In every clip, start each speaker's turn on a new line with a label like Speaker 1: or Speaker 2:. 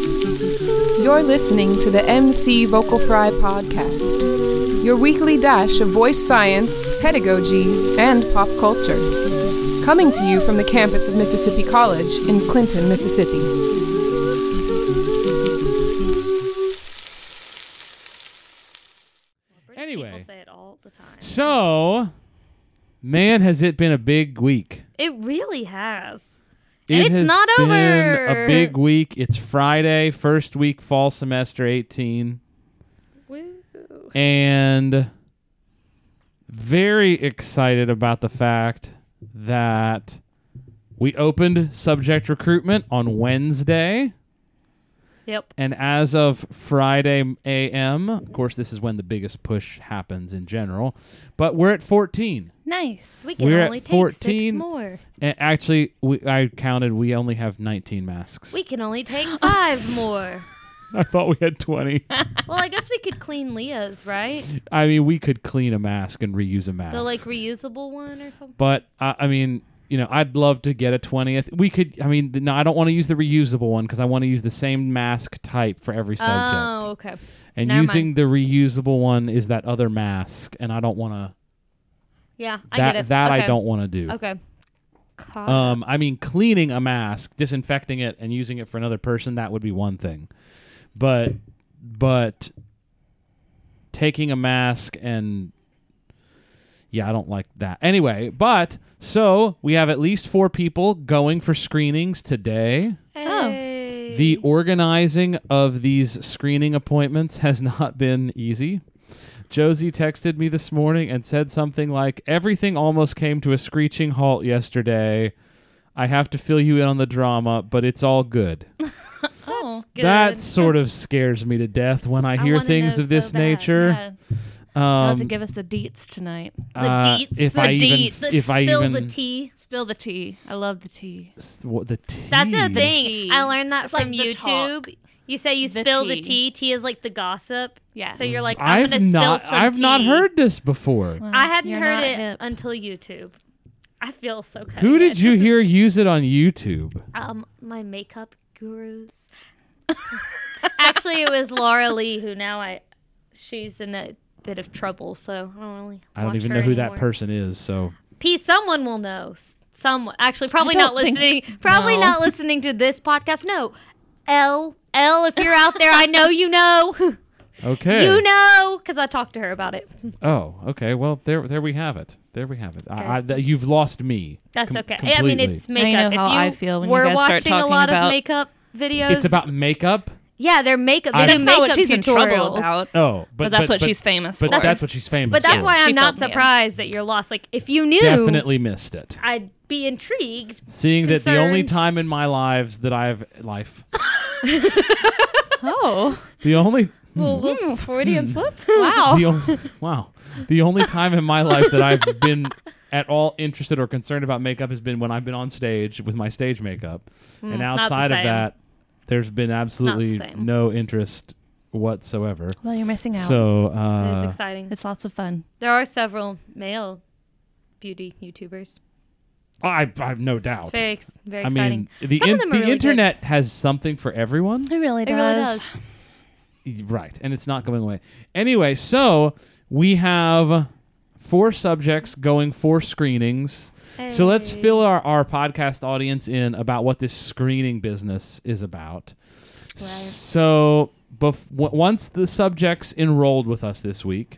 Speaker 1: You're listening to the MC Vocal Fry podcast, your weekly dash of voice science, pedagogy, and pop culture. Coming to you from the campus of Mississippi College in Clinton, Mississippi.
Speaker 2: British
Speaker 3: Anyway.
Speaker 2: people say it all the time.
Speaker 3: So, man, has it been a big week.
Speaker 2: It really has.
Speaker 3: It
Speaker 2: And it's
Speaker 3: has
Speaker 2: not
Speaker 3: been
Speaker 2: over.
Speaker 3: a big week. It's Friday, first week, fall semester 18.
Speaker 2: Woo.
Speaker 3: And very excited about the fact that we opened subject recruitment on Wednesday.
Speaker 2: Yep.
Speaker 3: And as of Friday AM, of course, this is when the biggest push happens in general, but we're at 14.
Speaker 4: Nice.
Speaker 2: We can
Speaker 3: We're at
Speaker 2: only take
Speaker 3: 14.
Speaker 2: six more.
Speaker 3: A- Actually, we, I counted. We only have 19 masks.
Speaker 2: We can only take five more.
Speaker 3: I thought we had 20.
Speaker 2: Well, I guess we could clean Leah's, right?
Speaker 3: I mean, we could clean a mask and reuse a mask.
Speaker 2: The like reusable one or something.
Speaker 3: but I I mean, you know, I'd love to get a 20th. We could. I mean, th- no, I don't want to use the reusable one because I want to use the same mask type for every subject.
Speaker 2: Oh, okay.
Speaker 3: and
Speaker 2: never
Speaker 3: using the reusable one is that other mask, and I don't want to.
Speaker 2: Yeah, I
Speaker 3: That
Speaker 2: get it.
Speaker 3: that
Speaker 2: Okay.
Speaker 3: I don't Uh, want to do.
Speaker 2: Okay. Caught.
Speaker 3: Um, I mean, cleaning a mask, disinfecting it, and using it for another person, that would be one thing. But, but taking a mask and, yeah, I don't like that. Anyway, but, so we have at least four people going for screenings today.
Speaker 2: Hey.
Speaker 3: The organizing of these screening appointments has not been easy. Josie texted me this morning and said something like, Everything almost came to a screeching halt yesterday. I have to fill you in on the drama, but it's all good.
Speaker 4: Oh.
Speaker 2: Good.
Speaker 3: That sort of scares me to death when I
Speaker 2: I
Speaker 3: hear
Speaker 2: wanna
Speaker 3: things
Speaker 2: know
Speaker 3: of this
Speaker 2: so bad.
Speaker 3: nature.
Speaker 4: Yeah.
Speaker 3: Um,
Speaker 4: I'll have to give us the deets tonight.
Speaker 3: uh,
Speaker 2: deets.
Speaker 3: If
Speaker 2: The
Speaker 3: I even,
Speaker 4: deets.
Speaker 2: The
Speaker 3: if I
Speaker 2: spill
Speaker 3: even,
Speaker 2: the tea.
Speaker 4: Spill the tea. I love the tea.
Speaker 3: S- what, the tea.
Speaker 2: That's a
Speaker 4: tea.
Speaker 2: thing. I learned that
Speaker 4: It's like
Speaker 2: from
Speaker 4: the
Speaker 2: YouTube. You say you
Speaker 4: The
Speaker 2: spill the
Speaker 4: tea.
Speaker 2: tea. Tea is like the gossip.
Speaker 4: Yeah.
Speaker 2: So you're like, I'm
Speaker 3: I've
Speaker 2: gonna
Speaker 3: not,
Speaker 2: spill some
Speaker 3: I've not
Speaker 2: tea.
Speaker 3: heard this before.
Speaker 4: Well,
Speaker 2: I hadn't
Speaker 4: Mm, you're
Speaker 2: heard
Speaker 4: not
Speaker 2: it
Speaker 4: hip.
Speaker 2: until YouTube. I feel so kind
Speaker 3: Who did you hear use it on YouTube?
Speaker 2: Um, my makeup gurus. Actually, it was Laura Lee who now I, she's in a bit of trouble, so I don't really.
Speaker 3: I don't
Speaker 2: watch
Speaker 3: even
Speaker 2: her
Speaker 3: know who that
Speaker 2: anymore.
Speaker 3: person is. So
Speaker 2: P. Someone will know. S- Someone actually probably
Speaker 4: I
Speaker 2: not
Speaker 4: don't think-
Speaker 2: listening. Probably
Speaker 4: no.
Speaker 2: not listening to this podcast. No, L L. If you're out there, I know you know.
Speaker 3: okay,
Speaker 2: You know, because I talked to her about it.
Speaker 3: Oh, okay. Well, there, there we have it. There we have it. I, I, th- you've lost me.
Speaker 2: That's
Speaker 3: com-
Speaker 2: okay. I mean,
Speaker 3: completely.
Speaker 2: it's makeup. if
Speaker 4: know how
Speaker 2: you
Speaker 4: I feel when you
Speaker 2: were
Speaker 4: guys start
Speaker 2: watching a
Speaker 4: talking
Speaker 2: lot
Speaker 4: about-
Speaker 2: of makeup videos,
Speaker 3: It's about makeup.
Speaker 2: yeah, they're makeup. They
Speaker 3: I-
Speaker 2: do
Speaker 4: That's
Speaker 2: makeup
Speaker 4: not what she's
Speaker 2: tutorials.
Speaker 4: in trouble about.
Speaker 3: Oh, but,
Speaker 4: But, that's
Speaker 3: but-
Speaker 4: what
Speaker 3: but-
Speaker 4: she's famous
Speaker 3: But
Speaker 4: for.
Speaker 3: that's what she's famous.
Speaker 2: But that's
Speaker 3: for.
Speaker 2: why
Speaker 4: She
Speaker 2: I'm not
Speaker 4: filled me in.
Speaker 2: surprised that you're lost. Like if you knew,
Speaker 3: definitely missed it.
Speaker 2: I'd be intrigued.
Speaker 3: Seeing that the only
Speaker 2: concerned.
Speaker 3: time in my lives that I've life,
Speaker 4: Oh.
Speaker 3: the only
Speaker 4: Well, Freudian slip. Wow.
Speaker 3: the only, wow. The only time in my life that I've been at all interested or concerned about makeup has been when I've been on stage with my stage makeup. and
Speaker 2: Hmm, not the
Speaker 3: outside of
Speaker 2: same.
Speaker 3: that, there's been absolutely
Speaker 2: same.
Speaker 3: no interest whatsoever.
Speaker 4: Well, you're missing out.
Speaker 3: So,
Speaker 2: It was
Speaker 3: uh,
Speaker 2: exciting.
Speaker 4: it's lots of fun.
Speaker 2: There are several male beauty YouTubers.
Speaker 3: I, I have no doubt.
Speaker 2: It's very, ex- very
Speaker 3: I
Speaker 2: exciting.
Speaker 3: mean, the,
Speaker 2: Some
Speaker 3: in-
Speaker 2: of them are
Speaker 3: the
Speaker 2: really good.
Speaker 3: internet has something for everyone.
Speaker 4: It really
Speaker 2: It really does.
Speaker 3: Right. And it's not going away. Anyway, so we have four subjects going for screenings. So let's fill our, our podcast audience in about what this screening business is about. So bef- w- once the subjects enrolled with us this week,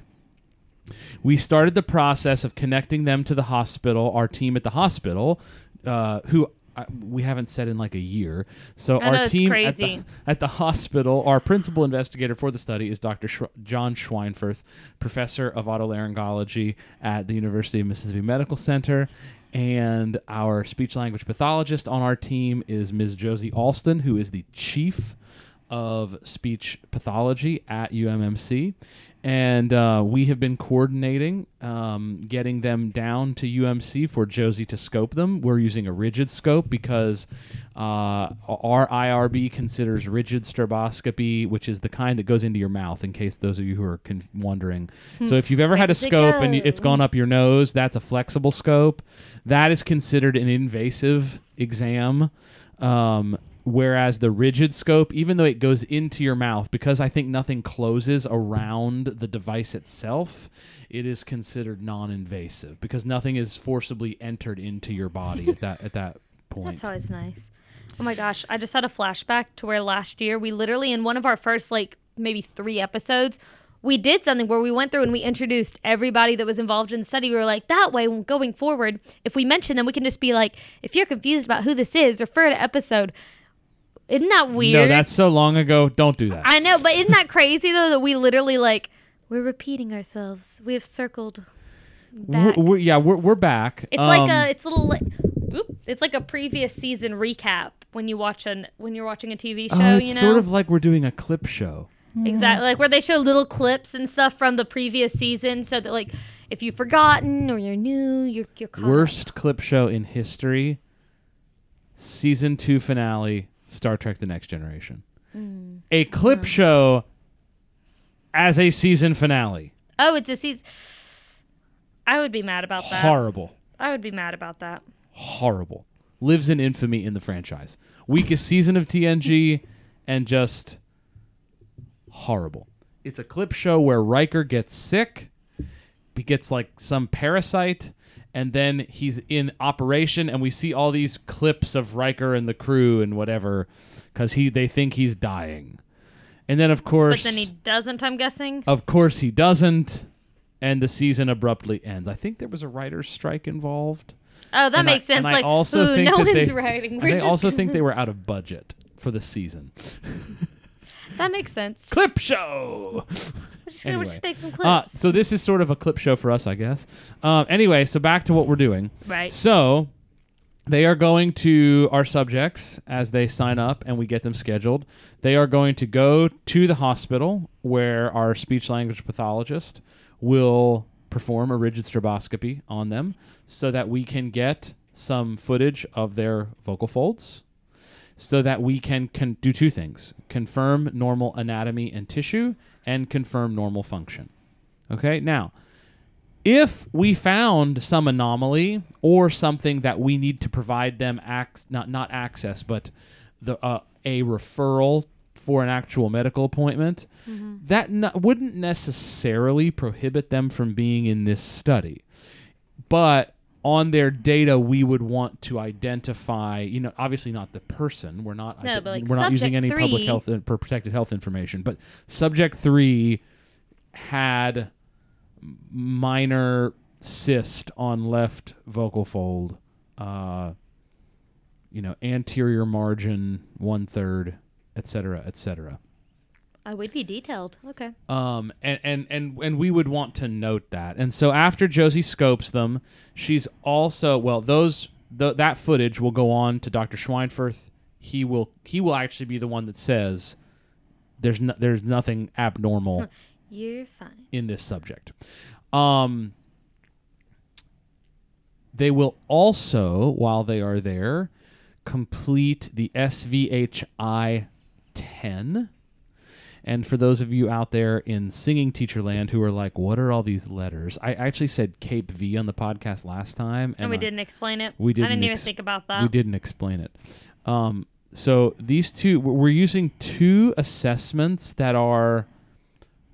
Speaker 3: we started the process of connecting them to the hospital, our team at the hospital, uh, who uh, we haven't said in like a year. So
Speaker 2: I
Speaker 3: our
Speaker 2: know, it's
Speaker 3: team At,
Speaker 2: crazy.
Speaker 3: the, at the hospital, our principal investigator for the study is Dr. Sh- John Schweinfurth, professor of otolaryngology at the University of Mississippi Medical Center. And our speech language pathologist on our team is Ms. Josie Alston, who is the chief of speech pathology at UMMC. and uh, we have been coordinating um, getting them down to UMC for Josie to scope them. We're using a rigid scope because uh, our IRB considers rigid stroboscopy, which is the kind that goes into your mouth. In case those of you who are con- wondering, so if you've ever had
Speaker 2: Where'd
Speaker 3: a
Speaker 2: it
Speaker 3: scope and y- Hmm. it's
Speaker 2: go?
Speaker 3: gone up your nose, that's a flexible scope. That is considered an invasive exam. Um, whereas the rigid scope, even though it goes into your mouth, because I think nothing closes around the device itself, it is considered non-invasive because nothing is forcibly entered into your body at that at that point.
Speaker 2: That's always nice. Oh my gosh, I just had a flashback to where last year we literally in one of our first like maybe three episodes, we did something where we went through and we introduced everybody that was involved in the study. We were like, that way going forward, if we mention them, we can just be like, if you're confused about who this is, refer to episode. Isn't that weird?
Speaker 3: No, that's so long ago. Don't do that.
Speaker 2: I know, but isn't that crazy though that we literally like we're repeating ourselves. We have circled back.
Speaker 3: We're, we're- yeah, we're, we're back.
Speaker 2: It's like
Speaker 3: Um,
Speaker 2: a it's a little like oop, it's like a previous season recap when you watch an when you're watching a TV show,
Speaker 3: Oh, it's
Speaker 2: you know.
Speaker 3: sort of like we're doing a clip show.
Speaker 2: Exactly. Like where they show little clips and stuff from the previous season so that like if you've forgotten or you're new, you're you're caught. up.
Speaker 3: Worst clip show in history. Season two finale, Star Trek The Next Generation. A clip show as a season finale.
Speaker 2: Oh, it's a season I would be mad about that.
Speaker 3: Horrible.
Speaker 2: I would be mad about that.
Speaker 3: Horrible. Lives in infamy in the franchise. Weakest season of TNG and just horrible. It's a clip show where Riker gets sick. he gets like some parasite and then he's in operation and we see all these clips of Riker and the crew and whatever cuz he they think he's dying. And then of
Speaker 2: But
Speaker 3: course
Speaker 2: then he doesn't, I'm guessing.
Speaker 3: of course he doesn't and the season abruptly ends. I think there was a writer's strike involved.
Speaker 2: Oh, that
Speaker 3: And
Speaker 2: makes
Speaker 3: I,
Speaker 2: sense.
Speaker 3: and I
Speaker 2: Like,
Speaker 3: also
Speaker 2: ooh,
Speaker 3: think
Speaker 2: no
Speaker 3: that
Speaker 2: one's
Speaker 3: they,
Speaker 2: writing.
Speaker 3: and
Speaker 2: We're
Speaker 3: I
Speaker 2: just
Speaker 3: also think they were out of budget for the season.
Speaker 2: that makes sense.
Speaker 3: Clip show.
Speaker 2: We're just gonna we're
Speaker 3: Anyway.
Speaker 2: just take some clips.
Speaker 3: Uh, so this is sort of a clip show for us, I guess. Um, anyway, so back to what we're doing.
Speaker 2: Right.
Speaker 3: So they are going to our subjects as they sign up and we get them scheduled. They are going to go to the hospital where our speech language pathologist will perform a rigid stroboscopy on them so that we can get some footage of their vocal folds so that we can, can do two things confirm normal anatomy and tissue and confirm normal function. Okay, now if we found some anomaly or something that we need to provide them ac- not not access but the uh, a referral for an actual medical appointment
Speaker 2: Mm-hmm.
Speaker 3: that n- wouldn't necessarily prohibit them from being in this study but on their data we would want to identify you know obviously not the person we're not
Speaker 2: No, but, like,
Speaker 3: we're not using
Speaker 2: subject
Speaker 3: any public
Speaker 2: three-
Speaker 3: health and per- protected health information but subject 3 had minor cyst on left vocal fold, uh, you know, anterior margin one third, et cetera, et cetera.
Speaker 2: I would Oh, be detailed. Okay.
Speaker 3: Um, and, and and and we would want to note that. And so after Josie scopes them, she's also well those th- that footage will go on to Dr. Schweinfurth. He will he will actually be the one that says there's no, there's nothing abnormal
Speaker 2: You're fine.
Speaker 3: in this subject. Um, they will also, while they are there, complete the SVHI 10. And for those of you out there in singing teacher land who are like, what are all these letters? I actually said Cape V on the podcast last time.
Speaker 2: And we
Speaker 3: I-
Speaker 2: didn't explain it.
Speaker 3: we
Speaker 2: I
Speaker 3: didn't
Speaker 2: didn't even
Speaker 3: ex-
Speaker 2: think about that.
Speaker 3: we didn't explain it. Um, so these two, we're we're using two assessments that are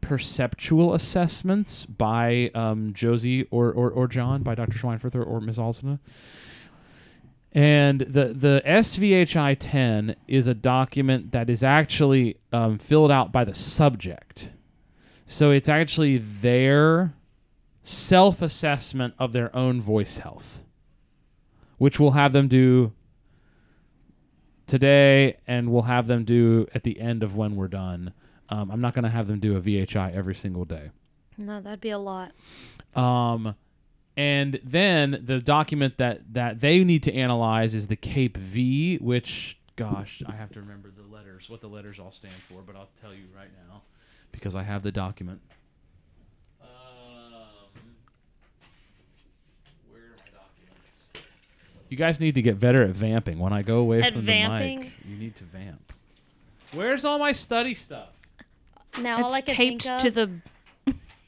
Speaker 3: perceptual assessments by um, Josie or, or, or John, by Dr. Schweinfurth or, or Ms. Alsina. And the, the SVHI 10 is a document that is actually um, filled out by the subject. So it's actually their self assessment of their own voice health which we'll have them do today and we'll have them do at the end of when we're done. Um, I'm not going to have them do a VHI every single day.
Speaker 2: No, that'd be a lot.
Speaker 3: Um, and then the document that, that they need to analyze is the Cape V, which, gosh, I have to remember the letters, what the letters all stand for, but I'll tell you right now because I have the document. You guys need to get better at vamping. When I go away
Speaker 2: At
Speaker 3: from the mic,
Speaker 2: vamping?
Speaker 3: you need to vamp. Where's all my study stuff?
Speaker 2: Now all I
Speaker 4: it's
Speaker 2: can
Speaker 4: taped
Speaker 2: think of-
Speaker 4: to the.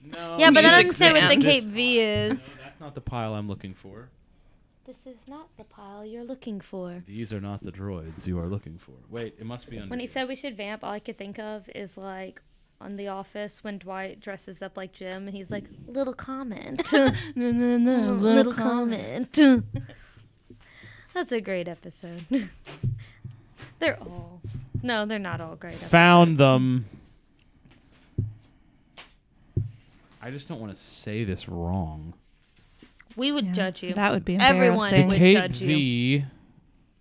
Speaker 3: No.
Speaker 2: Yeah, but that
Speaker 4: Music's
Speaker 2: doesn't say what the
Speaker 4: down.
Speaker 2: Cape V is.
Speaker 3: No, that's not the pile I'm looking for.
Speaker 2: This is not the pile you're looking for.
Speaker 3: These are not the droids you are looking for. Wait, it must be under.
Speaker 2: When he
Speaker 3: here.
Speaker 2: said we should vamp, all I could think of is like on The Office when Dwight dresses up like Jim and he's like, little comment.
Speaker 4: No, no, no,
Speaker 2: little comment. That's a great episode. they're all. No, they're not all great.
Speaker 3: found
Speaker 2: episodes.
Speaker 3: them. I just don't want to say this wrong.
Speaker 2: We would
Speaker 4: Yeah,
Speaker 2: judge you.
Speaker 4: That would be
Speaker 2: Everyone
Speaker 4: embarrassing.
Speaker 2: They
Speaker 3: The
Speaker 2: would
Speaker 3: Cape
Speaker 2: judge you.
Speaker 3: V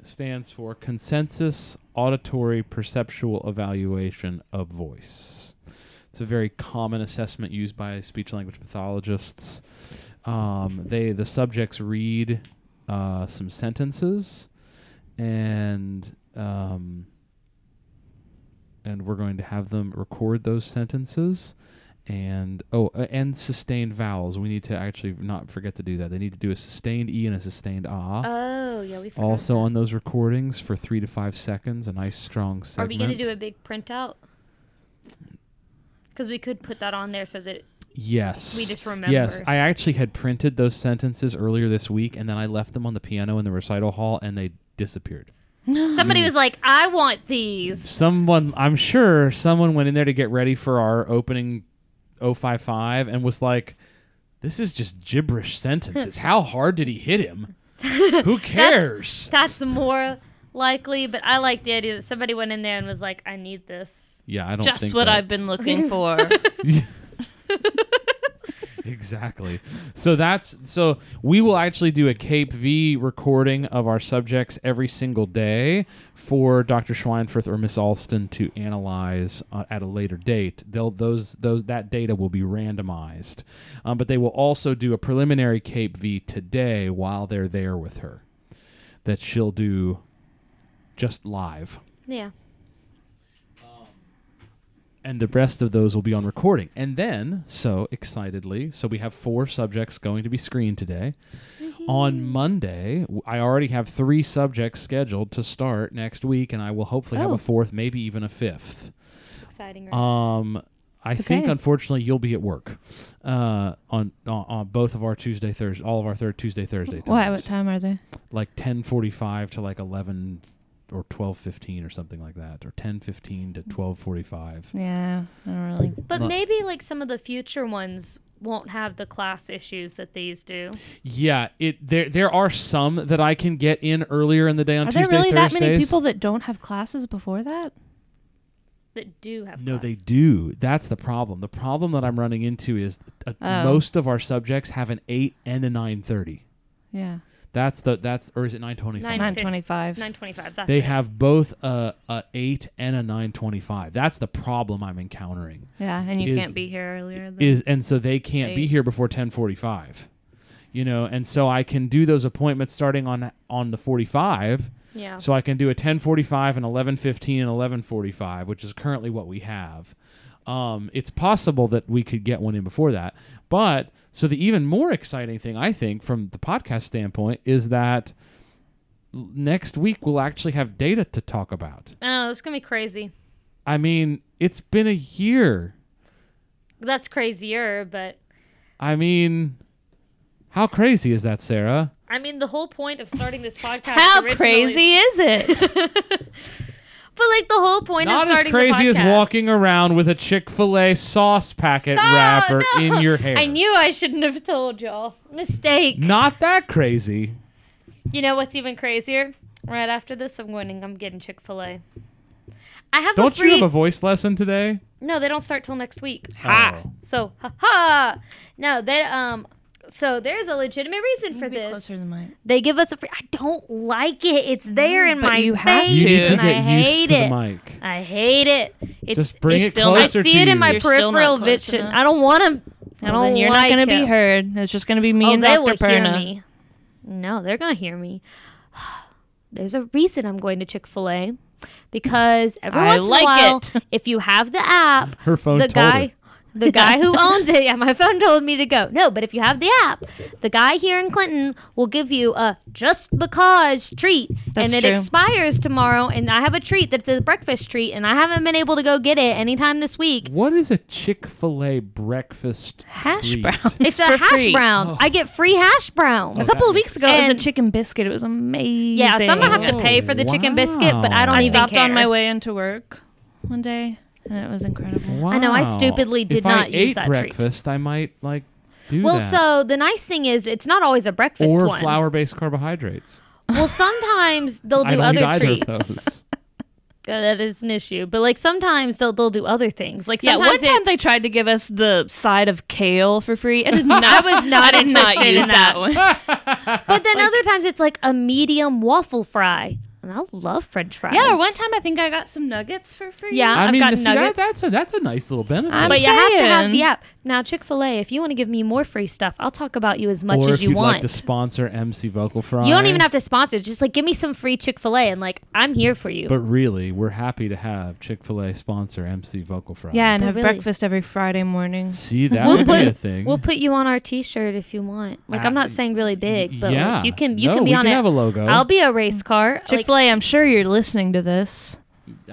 Speaker 3: stands for Consensus Auditory Perceptual Evaluation of Voice. It's a very common assessment used by speech language pathologists. Um, they the subjects read uh, some sentences, and um, and we're going to have them record those sentences and oh uh, and sustained vowels we need to actually not forget to do that they need to do a sustained e and a sustained ah
Speaker 2: Oh yeah, we forgot
Speaker 3: also
Speaker 2: that.
Speaker 3: on those recordings for three to five seconds a nice strong
Speaker 2: Are
Speaker 3: segment
Speaker 2: we gonna do a big printout? Because we could put that on there so that
Speaker 3: yes
Speaker 2: We just remember.
Speaker 3: yes i actually had printed those sentences earlier this week and then i left them on the piano in the recital hall and they disappeared
Speaker 2: somebody was like, "I want these."
Speaker 3: someone i'm sure someone went in there to get ready for our opening 055 and was like this is just gibberish sentences how hard did he hit him who cares
Speaker 2: That's more likely, but I like the idea that somebody went in there and was like, "I need this."
Speaker 3: yeah i don't
Speaker 4: Just
Speaker 3: think
Speaker 4: what
Speaker 3: that-
Speaker 4: I've been looking for.
Speaker 3: exactly so that's so we will actually do a cape v recording of our subjects every single day for dr schweinfurth or miss alston to analyze uh, at a later date they'll those those that data will be randomized um, but they will also do a preliminary cape v today while they're there with her that she'll do just live
Speaker 2: Yeah.
Speaker 3: and the rest of those will be on recording. And then, so excitedly, so we have four subjects going to be screened today. On Monday, w- I already have three subjects scheduled to start next week, and I will hopefully have
Speaker 4: Oh.
Speaker 3: a fourth, maybe even a fifth.
Speaker 2: Exciting. Right?
Speaker 3: Um, I think
Speaker 4: Okay.
Speaker 3: unfortunately you'll be at work uh, on, on on both of our Tuesday Thursday, all of our third Tuesday Thursday times.
Speaker 4: Why? What time are they?
Speaker 3: Like ten forty five to like eleven or twelve fifteen or something like that, or ten fifteen
Speaker 4: Mm.
Speaker 3: to twelve forty five.
Speaker 4: Yeah, I don't really.
Speaker 2: but
Speaker 3: not-
Speaker 2: maybe like some of the future ones won't have the class issues that these do.
Speaker 3: Yeah, it there there are some that I can get in earlier in the day on
Speaker 4: Are
Speaker 3: Tuesday
Speaker 4: there really
Speaker 3: Thursdays.
Speaker 4: that many people that don't have classes before that?
Speaker 2: That do have.
Speaker 3: no,
Speaker 2: class.
Speaker 3: they do. That's the problem. The problem that I'm running into is uh,
Speaker 4: Oh.
Speaker 3: most of our subjects have an eight and a nine thirty.
Speaker 4: Yeah,
Speaker 3: That's the that's or is it nine twenty
Speaker 2: Nine
Speaker 3: five?
Speaker 4: nine
Speaker 2: fif-
Speaker 4: twenty-five.
Speaker 2: Nine twenty-five. That's
Speaker 3: They
Speaker 2: it.
Speaker 3: have both a, a eight and a nine twenty five. That's the problem I'm encountering.
Speaker 4: Yeah, and you
Speaker 3: Is-
Speaker 4: can't be here earlier. Than
Speaker 3: is and so they can't be
Speaker 4: Eight.
Speaker 3: here before 10:45. You know, and so I can do those appointments starting on on the 45.
Speaker 2: Yeah.
Speaker 3: So I can do a 10:45 and 11:15 and 11:45, which is currently what we have. Um, it's possible that we could get one in before that, but so the even more exciting thing I think from the podcast standpoint is that l- next week we'll actually have data to talk about.
Speaker 2: I don't know. It's gonna be crazy.
Speaker 3: I mean, it's been a year.
Speaker 2: That's crazier, but
Speaker 3: I mean, how crazy is that, Sarah?
Speaker 2: I mean, the whole point of starting this podcast.
Speaker 4: How
Speaker 2: originally-
Speaker 4: crazy is it?
Speaker 2: But like the whole point
Speaker 3: Not
Speaker 2: of
Speaker 3: as
Speaker 2: starting
Speaker 3: crazy
Speaker 2: the
Speaker 3: as
Speaker 2: podcast.
Speaker 3: walking around with a Chick fil A sauce packet
Speaker 2: Stop!
Speaker 3: wrapper
Speaker 2: No!
Speaker 3: in your hair.
Speaker 2: I knew I shouldn't have told y'all. Mistake.
Speaker 3: Not that crazy.
Speaker 2: You know what's even crazier? Right after this, I'm going and I'm getting Chick Fil A. I have a
Speaker 3: Don't
Speaker 2: free.
Speaker 3: you have a voice lesson today?
Speaker 2: no, they don't start till next week.
Speaker 3: Oh.
Speaker 2: So, ha ha. No, they um. So there's a legitimate reason for this.
Speaker 4: Closer than mine.
Speaker 2: They give us a free. I don't like it. It's there in
Speaker 4: but
Speaker 2: my
Speaker 4: you have
Speaker 2: face,
Speaker 3: You need to
Speaker 2: and I
Speaker 3: get used
Speaker 2: hate
Speaker 3: to
Speaker 2: it.
Speaker 3: the mic.
Speaker 2: I hate it. It's,
Speaker 3: Just bring
Speaker 2: it's
Speaker 3: it
Speaker 2: still-
Speaker 3: closer
Speaker 2: I see
Speaker 3: to
Speaker 2: it in
Speaker 3: you.
Speaker 2: my
Speaker 4: You're still not
Speaker 2: peripheral
Speaker 4: close
Speaker 2: vision.
Speaker 4: enough.
Speaker 2: I don't want to. I
Speaker 4: Well,
Speaker 2: don't.
Speaker 4: then you're
Speaker 2: like
Speaker 4: not going to
Speaker 2: it.
Speaker 4: be heard. It's just going to be me
Speaker 2: Oh,
Speaker 4: and
Speaker 2: they
Speaker 4: Dr.
Speaker 2: will hear
Speaker 4: Perna.
Speaker 2: me. No, they're gonna hear me. There's a reason I'm going to Chick Fil A, because every
Speaker 4: I
Speaker 2: once
Speaker 4: like
Speaker 2: in a while,
Speaker 4: it. Oh,
Speaker 2: if you have the app,
Speaker 3: Her phone
Speaker 2: the
Speaker 3: told
Speaker 2: guy.
Speaker 3: her.
Speaker 2: The guy who owns it, yeah, my phone told me to go. No, but if you have the app, the guy here in Clinton will give you a just because treat,
Speaker 4: That's
Speaker 2: and it
Speaker 4: true.
Speaker 2: expires tomorrow. And I have a treat that's a breakfast treat, and I haven't been able to go get it anytime this week.
Speaker 3: What is a Chick Fil A breakfast
Speaker 4: hash
Speaker 3: treat?
Speaker 4: browns.
Speaker 2: It's a
Speaker 4: for
Speaker 2: hash
Speaker 4: free. Oh.
Speaker 2: brown. I get free hash browns.
Speaker 4: A couple of weeks ago, it
Speaker 2: And-
Speaker 4: was a chicken biscuit. It was amazing.
Speaker 2: Yeah, so I'm gonna have
Speaker 3: Oh,
Speaker 2: to pay for the chicken biscuit, but I
Speaker 3: wow.
Speaker 2: don't
Speaker 4: I
Speaker 2: even
Speaker 4: stopped
Speaker 2: care.
Speaker 4: on my way into work one day, and it was incredible.
Speaker 3: Wow.
Speaker 2: know, I stupidly did
Speaker 3: if I
Speaker 2: not use
Speaker 3: ate
Speaker 2: that treat.
Speaker 3: breakfast, I might like do
Speaker 2: Well,
Speaker 3: that.
Speaker 2: so the nice thing is, it's not always a breakfast
Speaker 3: or
Speaker 2: one.
Speaker 3: flour-based carbohydrates.
Speaker 2: Well, sometimes they'll
Speaker 3: I
Speaker 2: do
Speaker 3: don't eat
Speaker 2: other
Speaker 3: either
Speaker 2: treats.
Speaker 3: of those.
Speaker 2: Uh, that is an issue, but like sometimes they'll they'll do other things. Like
Speaker 4: Yeah,
Speaker 2: sometimes
Speaker 4: one time
Speaker 2: it's-
Speaker 4: they tried to give us the side of kale for free, and I did not, I
Speaker 2: was not
Speaker 4: did not
Speaker 2: interested in
Speaker 4: use
Speaker 2: that.
Speaker 4: that one.
Speaker 2: but then other times it's like a medium waffle fry, and I love French fries.
Speaker 4: Yeah, or one time I think I got some nuggets for free.
Speaker 2: Yeah,
Speaker 3: I
Speaker 2: I've
Speaker 3: mean,
Speaker 2: got
Speaker 3: see, that-
Speaker 2: nuggets.
Speaker 3: that's a that's a nice little benefit.
Speaker 4: I'm
Speaker 2: but you have to have
Speaker 4: saying.
Speaker 2: the app now. Chick Fil A, if you want to give me more free stuff, I'll talk about you as much
Speaker 3: or
Speaker 2: as
Speaker 3: if
Speaker 2: you
Speaker 3: you'd
Speaker 2: want.
Speaker 3: like to sponsor MC Vocal Fry,
Speaker 2: you don't even have to sponsor. Just like give me some free Chick Fil A, and like I'm here for you.
Speaker 3: But really, we're happy to have Chick Fil A sponsor MC Vocal Fry.
Speaker 4: Yeah, and
Speaker 2: But
Speaker 4: have
Speaker 2: really-
Speaker 4: breakfast every Friday morning.
Speaker 3: See, that
Speaker 2: We'll
Speaker 3: would
Speaker 2: put-
Speaker 3: be a thing.
Speaker 2: We'll put you on our T-shirt if you want. Like I'm
Speaker 3: Uh,
Speaker 2: not saying really big, but
Speaker 3: yeah.
Speaker 2: like, you can you
Speaker 3: No,
Speaker 2: can be
Speaker 3: we
Speaker 2: on
Speaker 3: can
Speaker 2: it.
Speaker 3: have a logo.
Speaker 2: I'll be a race car.
Speaker 4: Chick Fil A, I'm sure you're listening to this.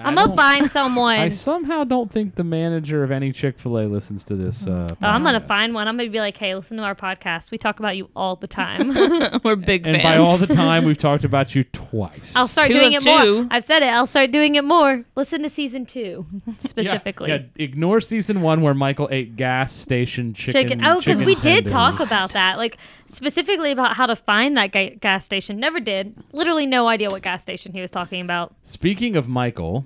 Speaker 2: I'm
Speaker 3: I
Speaker 2: gonna
Speaker 3: don't-
Speaker 2: find someone.
Speaker 3: I somehow don't think the manager of any Chick Fil A listens to this. Uh,
Speaker 2: Oh, I'm gonna
Speaker 3: podcast.
Speaker 2: find one. I'm gonna be like, hey, listen to our podcast. We talk about you all the time.
Speaker 4: We're big
Speaker 3: And
Speaker 4: fans.
Speaker 3: by all the time, we've talked about you twice.
Speaker 2: I'll start
Speaker 4: Two
Speaker 2: doing it
Speaker 4: of
Speaker 2: more.
Speaker 4: two.
Speaker 2: I've said it. I'll start doing it more. Listen to season two
Speaker 3: Yeah,
Speaker 2: specifically.
Speaker 3: Yeah, ignore season one where Michael ate gas station chicken.
Speaker 2: Chicken. Oh, because
Speaker 3: chicken
Speaker 2: we did
Speaker 3: tenders.
Speaker 2: talk about that, like specifically about how to find that ga- gas station. Never did. Literally, no idea what gas station he was talking about.
Speaker 3: Speaking of Michael,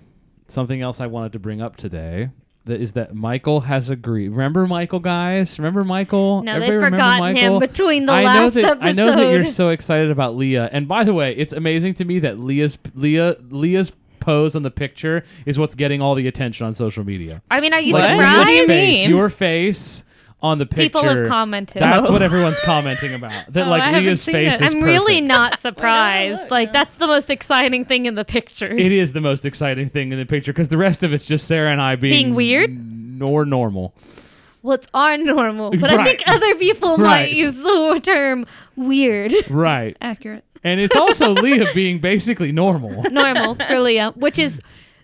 Speaker 3: something else I wanted to bring up today that is that Michael has agreed. Remember Michael, guys? Remember Michael?
Speaker 2: No, they've
Speaker 3: Everybody remember
Speaker 2: forgotten him
Speaker 3: Michael?
Speaker 2: between the
Speaker 3: I know
Speaker 2: last
Speaker 3: that, I know that you're
Speaker 2: episode.
Speaker 3: so excited about Leah. And by the way, it's amazing to me that Leah's Leah Leah's pose on the picture is what's getting all the attention on social media.
Speaker 2: I mean, are you
Speaker 4: What?
Speaker 3: Leah's
Speaker 4: What do you
Speaker 2: surprised?
Speaker 3: face,
Speaker 4: mean?
Speaker 3: your face on the picture.
Speaker 2: People have commented.
Speaker 3: That's
Speaker 4: Oh.
Speaker 3: what everyone's commenting about. That
Speaker 4: Oh, I
Speaker 3: like
Speaker 4: haven't
Speaker 3: Leah's
Speaker 4: seen
Speaker 3: face is
Speaker 4: it.
Speaker 2: I'm really
Speaker 3: perfect.
Speaker 2: not surprised.
Speaker 4: look,
Speaker 2: like
Speaker 4: yeah.
Speaker 2: that's the most exciting thing in the picture.
Speaker 3: It is the most exciting thing in the picture because the rest of it's just Sarah and I being,
Speaker 2: Being weird?
Speaker 3: n- or normal.
Speaker 2: well, it's our normal, but I
Speaker 3: Right.
Speaker 2: think other people
Speaker 3: Right.
Speaker 2: might use the term weird.
Speaker 3: Right.
Speaker 4: Accurate.
Speaker 3: And it's also Leah being basically normal.
Speaker 2: normal for Leah, which is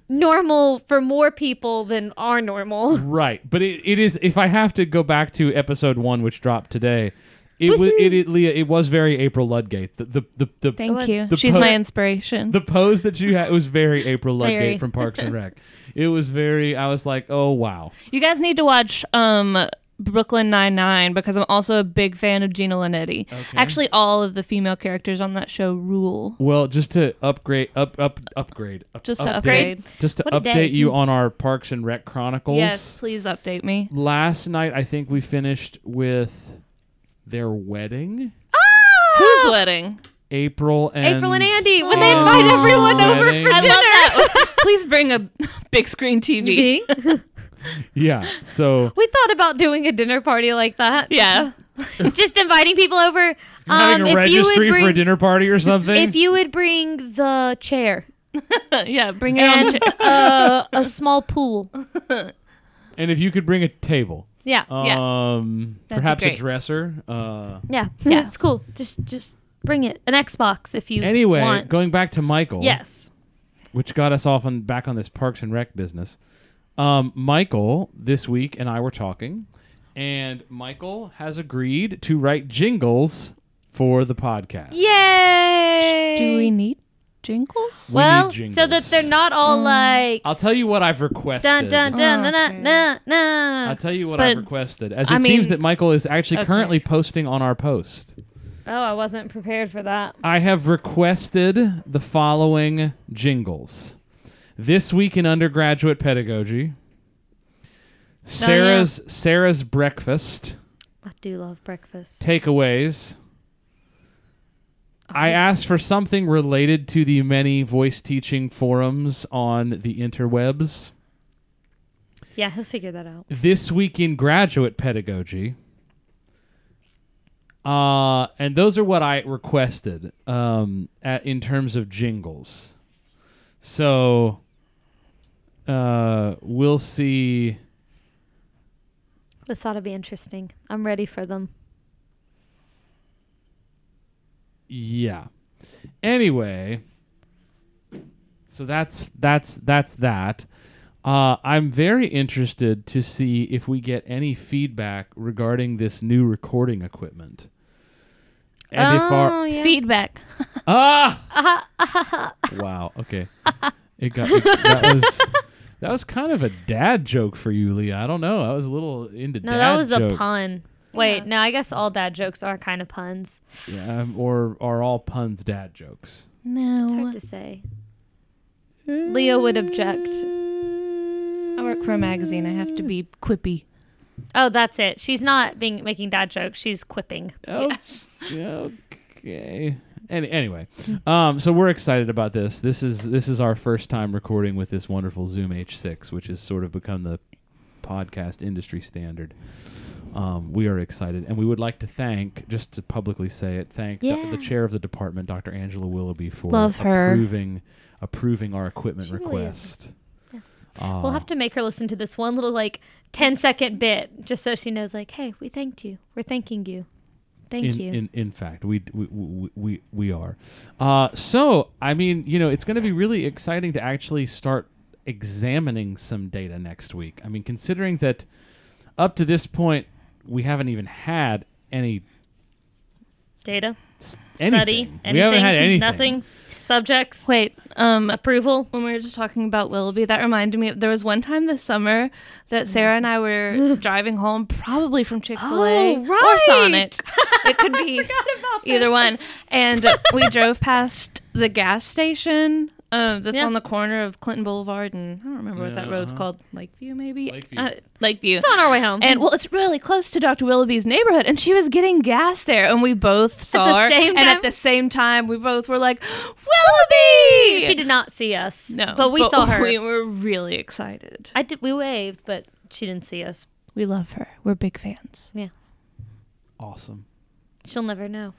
Speaker 2: normal for more people than are normal.
Speaker 3: Right. But it, it is, if I have to go back to episode one, which dropped today, it was, it, it, Leah, it was very April Ludgate. The, the, the, the,
Speaker 4: Thank
Speaker 2: was-
Speaker 4: you.
Speaker 3: The
Speaker 4: She's
Speaker 3: po-
Speaker 4: my inspiration.
Speaker 3: the pose that you had, it was very April Ludgate
Speaker 2: Very.
Speaker 3: from Parks and Rec. It was very, I was like, oh, wow.
Speaker 4: you guys need to watch um, Brooklyn Nine Nine because I'm also a big fan of Gina Linetti. Actually, all of the female characters on that show rule.
Speaker 3: Well, just to upgrade, up, up, upgrade, up,
Speaker 4: Just to
Speaker 3: update-
Speaker 4: upgrade.
Speaker 3: just to
Speaker 2: What a
Speaker 3: update
Speaker 2: day.
Speaker 3: you on our Parks and Rec chronicles.
Speaker 4: Yes, please update me.
Speaker 3: Last night, I think we finished with their wedding,
Speaker 2: Ah!
Speaker 4: Who's wedding?
Speaker 3: April and
Speaker 2: April and Andy, when they
Speaker 3: Andy's
Speaker 2: invite everyone over
Speaker 3: wedding.
Speaker 4: I love that. please bring a big screen TV.
Speaker 2: we
Speaker 3: yeah, so
Speaker 2: thought about doing a dinner party like that.
Speaker 4: Yeah.
Speaker 2: Just inviting people over. Um,
Speaker 3: having a
Speaker 2: if you would
Speaker 3: registry for a
Speaker 2: bring,
Speaker 3: dinner party or something.
Speaker 2: if you would bring the chair
Speaker 4: Uh, yeah, bring it on.
Speaker 2: and uh, a small pool,
Speaker 3: and if you could bring a table,
Speaker 2: yeah,
Speaker 4: Yeah.
Speaker 3: um,
Speaker 4: That'd be
Speaker 3: perhaps a
Speaker 4: great.
Speaker 3: dresser. Uh,
Speaker 2: yeah,
Speaker 4: Yeah.
Speaker 2: it's cool. Just, just bring it. An Xbox if you
Speaker 3: anyway,
Speaker 2: want.
Speaker 3: going back to Michael,
Speaker 2: yes.
Speaker 3: which got us off on back on this Parks and Rec business. Um, Michael this week and I were talking, and Michael has agreed to write jingles for the podcast.
Speaker 2: Yay!
Speaker 4: Do we need jingles?
Speaker 3: We
Speaker 2: well,
Speaker 3: need jingles.
Speaker 2: so that they're not all like
Speaker 3: I'll tell you what I've requested.
Speaker 2: dun dun dun
Speaker 4: Oh,
Speaker 2: dun
Speaker 4: okay.
Speaker 2: dun dun.
Speaker 3: I'll tell you what
Speaker 4: But,
Speaker 3: I've requested. As it
Speaker 4: I
Speaker 3: seems
Speaker 4: mean-
Speaker 3: that Michael is actually
Speaker 4: Okay.
Speaker 3: currently posting on our post.
Speaker 2: Oh, I wasn't prepared for that.
Speaker 3: I have requested the following jingles. This week in undergraduate pedagogy. Sarah's Sarah's breakfast
Speaker 2: I do love breakfast.
Speaker 3: takeaways.
Speaker 4: Oh,
Speaker 3: I asked for something related to the many voice teaching forums on the interwebs.
Speaker 2: Yeah, he'll figure that out.
Speaker 3: this week in graduate pedagogy. Uh, and those are what I requested um, at, in terms of jingles. So uh, we'll see
Speaker 2: This ought to be interesting. I'm ready for them.
Speaker 3: Yeah. Anyway, so that's that's that's that. Uh, I'm very interested to see if we get any feedback regarding this new recording equipment. And if
Speaker 2: Oh,
Speaker 3: our
Speaker 2: yeah.
Speaker 4: Feedback.
Speaker 3: ah wow okay it got that was that was kind of a dad joke for you Leah I don't know I was a little into
Speaker 2: No,
Speaker 3: dad
Speaker 2: that was
Speaker 3: joke.
Speaker 2: a pun. Wait, no, I guess all dad jokes are kind of puns.
Speaker 3: yeah, um, or are all puns dad jokes
Speaker 2: It's
Speaker 4: No.
Speaker 2: hard to say. Leo would object.
Speaker 4: I work for a magazine. I have to be quippy.
Speaker 2: Oh, that's it. She's not being making dad jokes. She's quipping.
Speaker 3: Oh, Okay. Any, anyway, um, so we're excited about this. This is this is our first time recording with this wonderful Zoom H6, which has sort of become the podcast industry standard. Um, we are excited, and we would like to thank, just to publicly say it, thank the- the,
Speaker 2: Yeah.
Speaker 3: chair of the department, Dr. Angela Willoughby, for
Speaker 4: Love her.
Speaker 3: approving approving our equipment
Speaker 2: She really is.
Speaker 3: request. Uh,
Speaker 2: We'll have to make her listen to this one little like 10 second bit just so she knows like, "Hey, we thanked you. We're thanking you. Thank
Speaker 3: in,
Speaker 2: you."
Speaker 3: In, in fact, we we, we, we, we are. Uh, so, I mean, you know, it's going to be really exciting to actually start examining some data next week. I mean, considering that up to this point, we haven't even had any
Speaker 2: Data,
Speaker 3: s-
Speaker 2: study,
Speaker 3: anything.
Speaker 2: anything,
Speaker 3: we haven't had anything.
Speaker 2: nothing, subjects,
Speaker 4: Wait, um,
Speaker 2: approval.
Speaker 4: when we were just talking about Willoughby, that reminded me of there was one time this summer
Speaker 2: Mm.
Speaker 4: that Sarah and I were driving home, probably from Chick fil A
Speaker 2: Oh,
Speaker 4: or
Speaker 2: right.
Speaker 4: Sonic. It could be either one. And we drove past the gas station um, that's
Speaker 2: Yeah.
Speaker 4: on the corner of Clinton Boulevard, and I don't remember what that
Speaker 3: Yeah,
Speaker 4: road's
Speaker 3: uh-huh.
Speaker 4: called. Lakeview, maybe?
Speaker 3: Lakeview.
Speaker 2: Uh,
Speaker 4: Lakeview.
Speaker 2: it's on our way home.
Speaker 4: And well, it's really close to Dr. Willoughby's neighborhood, and she was getting gas there, and we both saw
Speaker 2: the
Speaker 4: her,
Speaker 2: same
Speaker 4: and
Speaker 2: time?
Speaker 4: at the same time, we both were like, "Willoughby!"
Speaker 2: she did not see us.
Speaker 4: no,
Speaker 2: But we saw her.
Speaker 4: We were really excited.
Speaker 2: I did we waved, but she didn't see us.
Speaker 4: We love her. We're big fans.
Speaker 3: Awesome.
Speaker 2: She'll never know.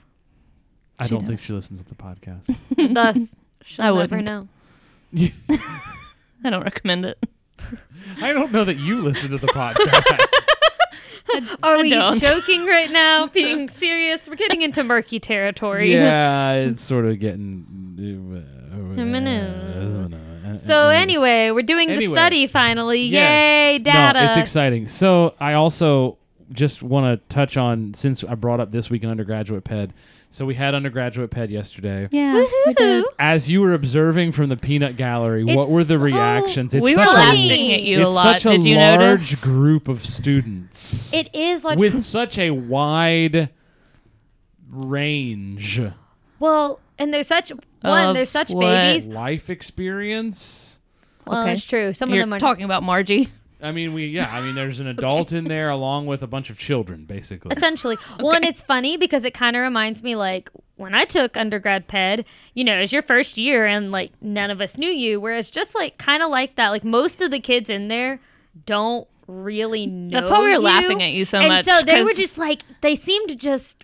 Speaker 3: I
Speaker 4: She
Speaker 3: don't think
Speaker 4: knows.
Speaker 3: she listens to the podcast.
Speaker 2: Thus, she'll
Speaker 4: I
Speaker 2: never
Speaker 4: wouldn't.
Speaker 2: know.
Speaker 4: I don't recommend it.
Speaker 3: I don't know that you listen to the podcast.
Speaker 2: Are
Speaker 4: I
Speaker 2: we
Speaker 4: don't.
Speaker 2: joking right now? Being serious? We're getting into murky territory.
Speaker 3: yeah, it's sort of getting. uh,
Speaker 2: So
Speaker 4: Mm-hmm.
Speaker 2: anyway, we're doing
Speaker 3: Anyway.
Speaker 2: the study finally.
Speaker 3: Yes.
Speaker 2: Yay, data.
Speaker 3: No, it's exciting. So I also just want to touch on since I brought up this week in undergraduate ped. So we had undergraduate ped yesterday.
Speaker 4: Yeah,
Speaker 2: Woohoo.
Speaker 3: As you were observing from the peanut gallery, what
Speaker 2: It's
Speaker 3: were the
Speaker 2: so-
Speaker 3: reactions? It's
Speaker 4: we were
Speaker 3: such a-
Speaker 4: laughing at you
Speaker 3: it's
Speaker 4: a lot.
Speaker 3: such a
Speaker 4: did you
Speaker 3: large
Speaker 4: notice?
Speaker 3: group of students
Speaker 2: It is like
Speaker 3: with such a wide range
Speaker 2: well, and there's such one,
Speaker 4: Of
Speaker 2: there's such
Speaker 4: what?
Speaker 2: babies.
Speaker 3: life experience.
Speaker 2: Well,
Speaker 4: Okay.
Speaker 2: it's true. Some
Speaker 4: You're
Speaker 2: of them are
Speaker 4: talking about Margie.
Speaker 3: I mean, we yeah. I mean, there's an adult in there along with a bunch of children, basically.
Speaker 2: essentially one. It's funny because it kind of reminds me like when I took undergrad ped. You know, it was your first year, and like none of us knew you. Whereas just like kind of like that, like most of the kids in there don't really know.
Speaker 4: That's why we were
Speaker 2: you.
Speaker 4: laughing at you so
Speaker 2: and
Speaker 4: much,
Speaker 2: So they were
Speaker 4: 'cause-
Speaker 2: just like they seemed just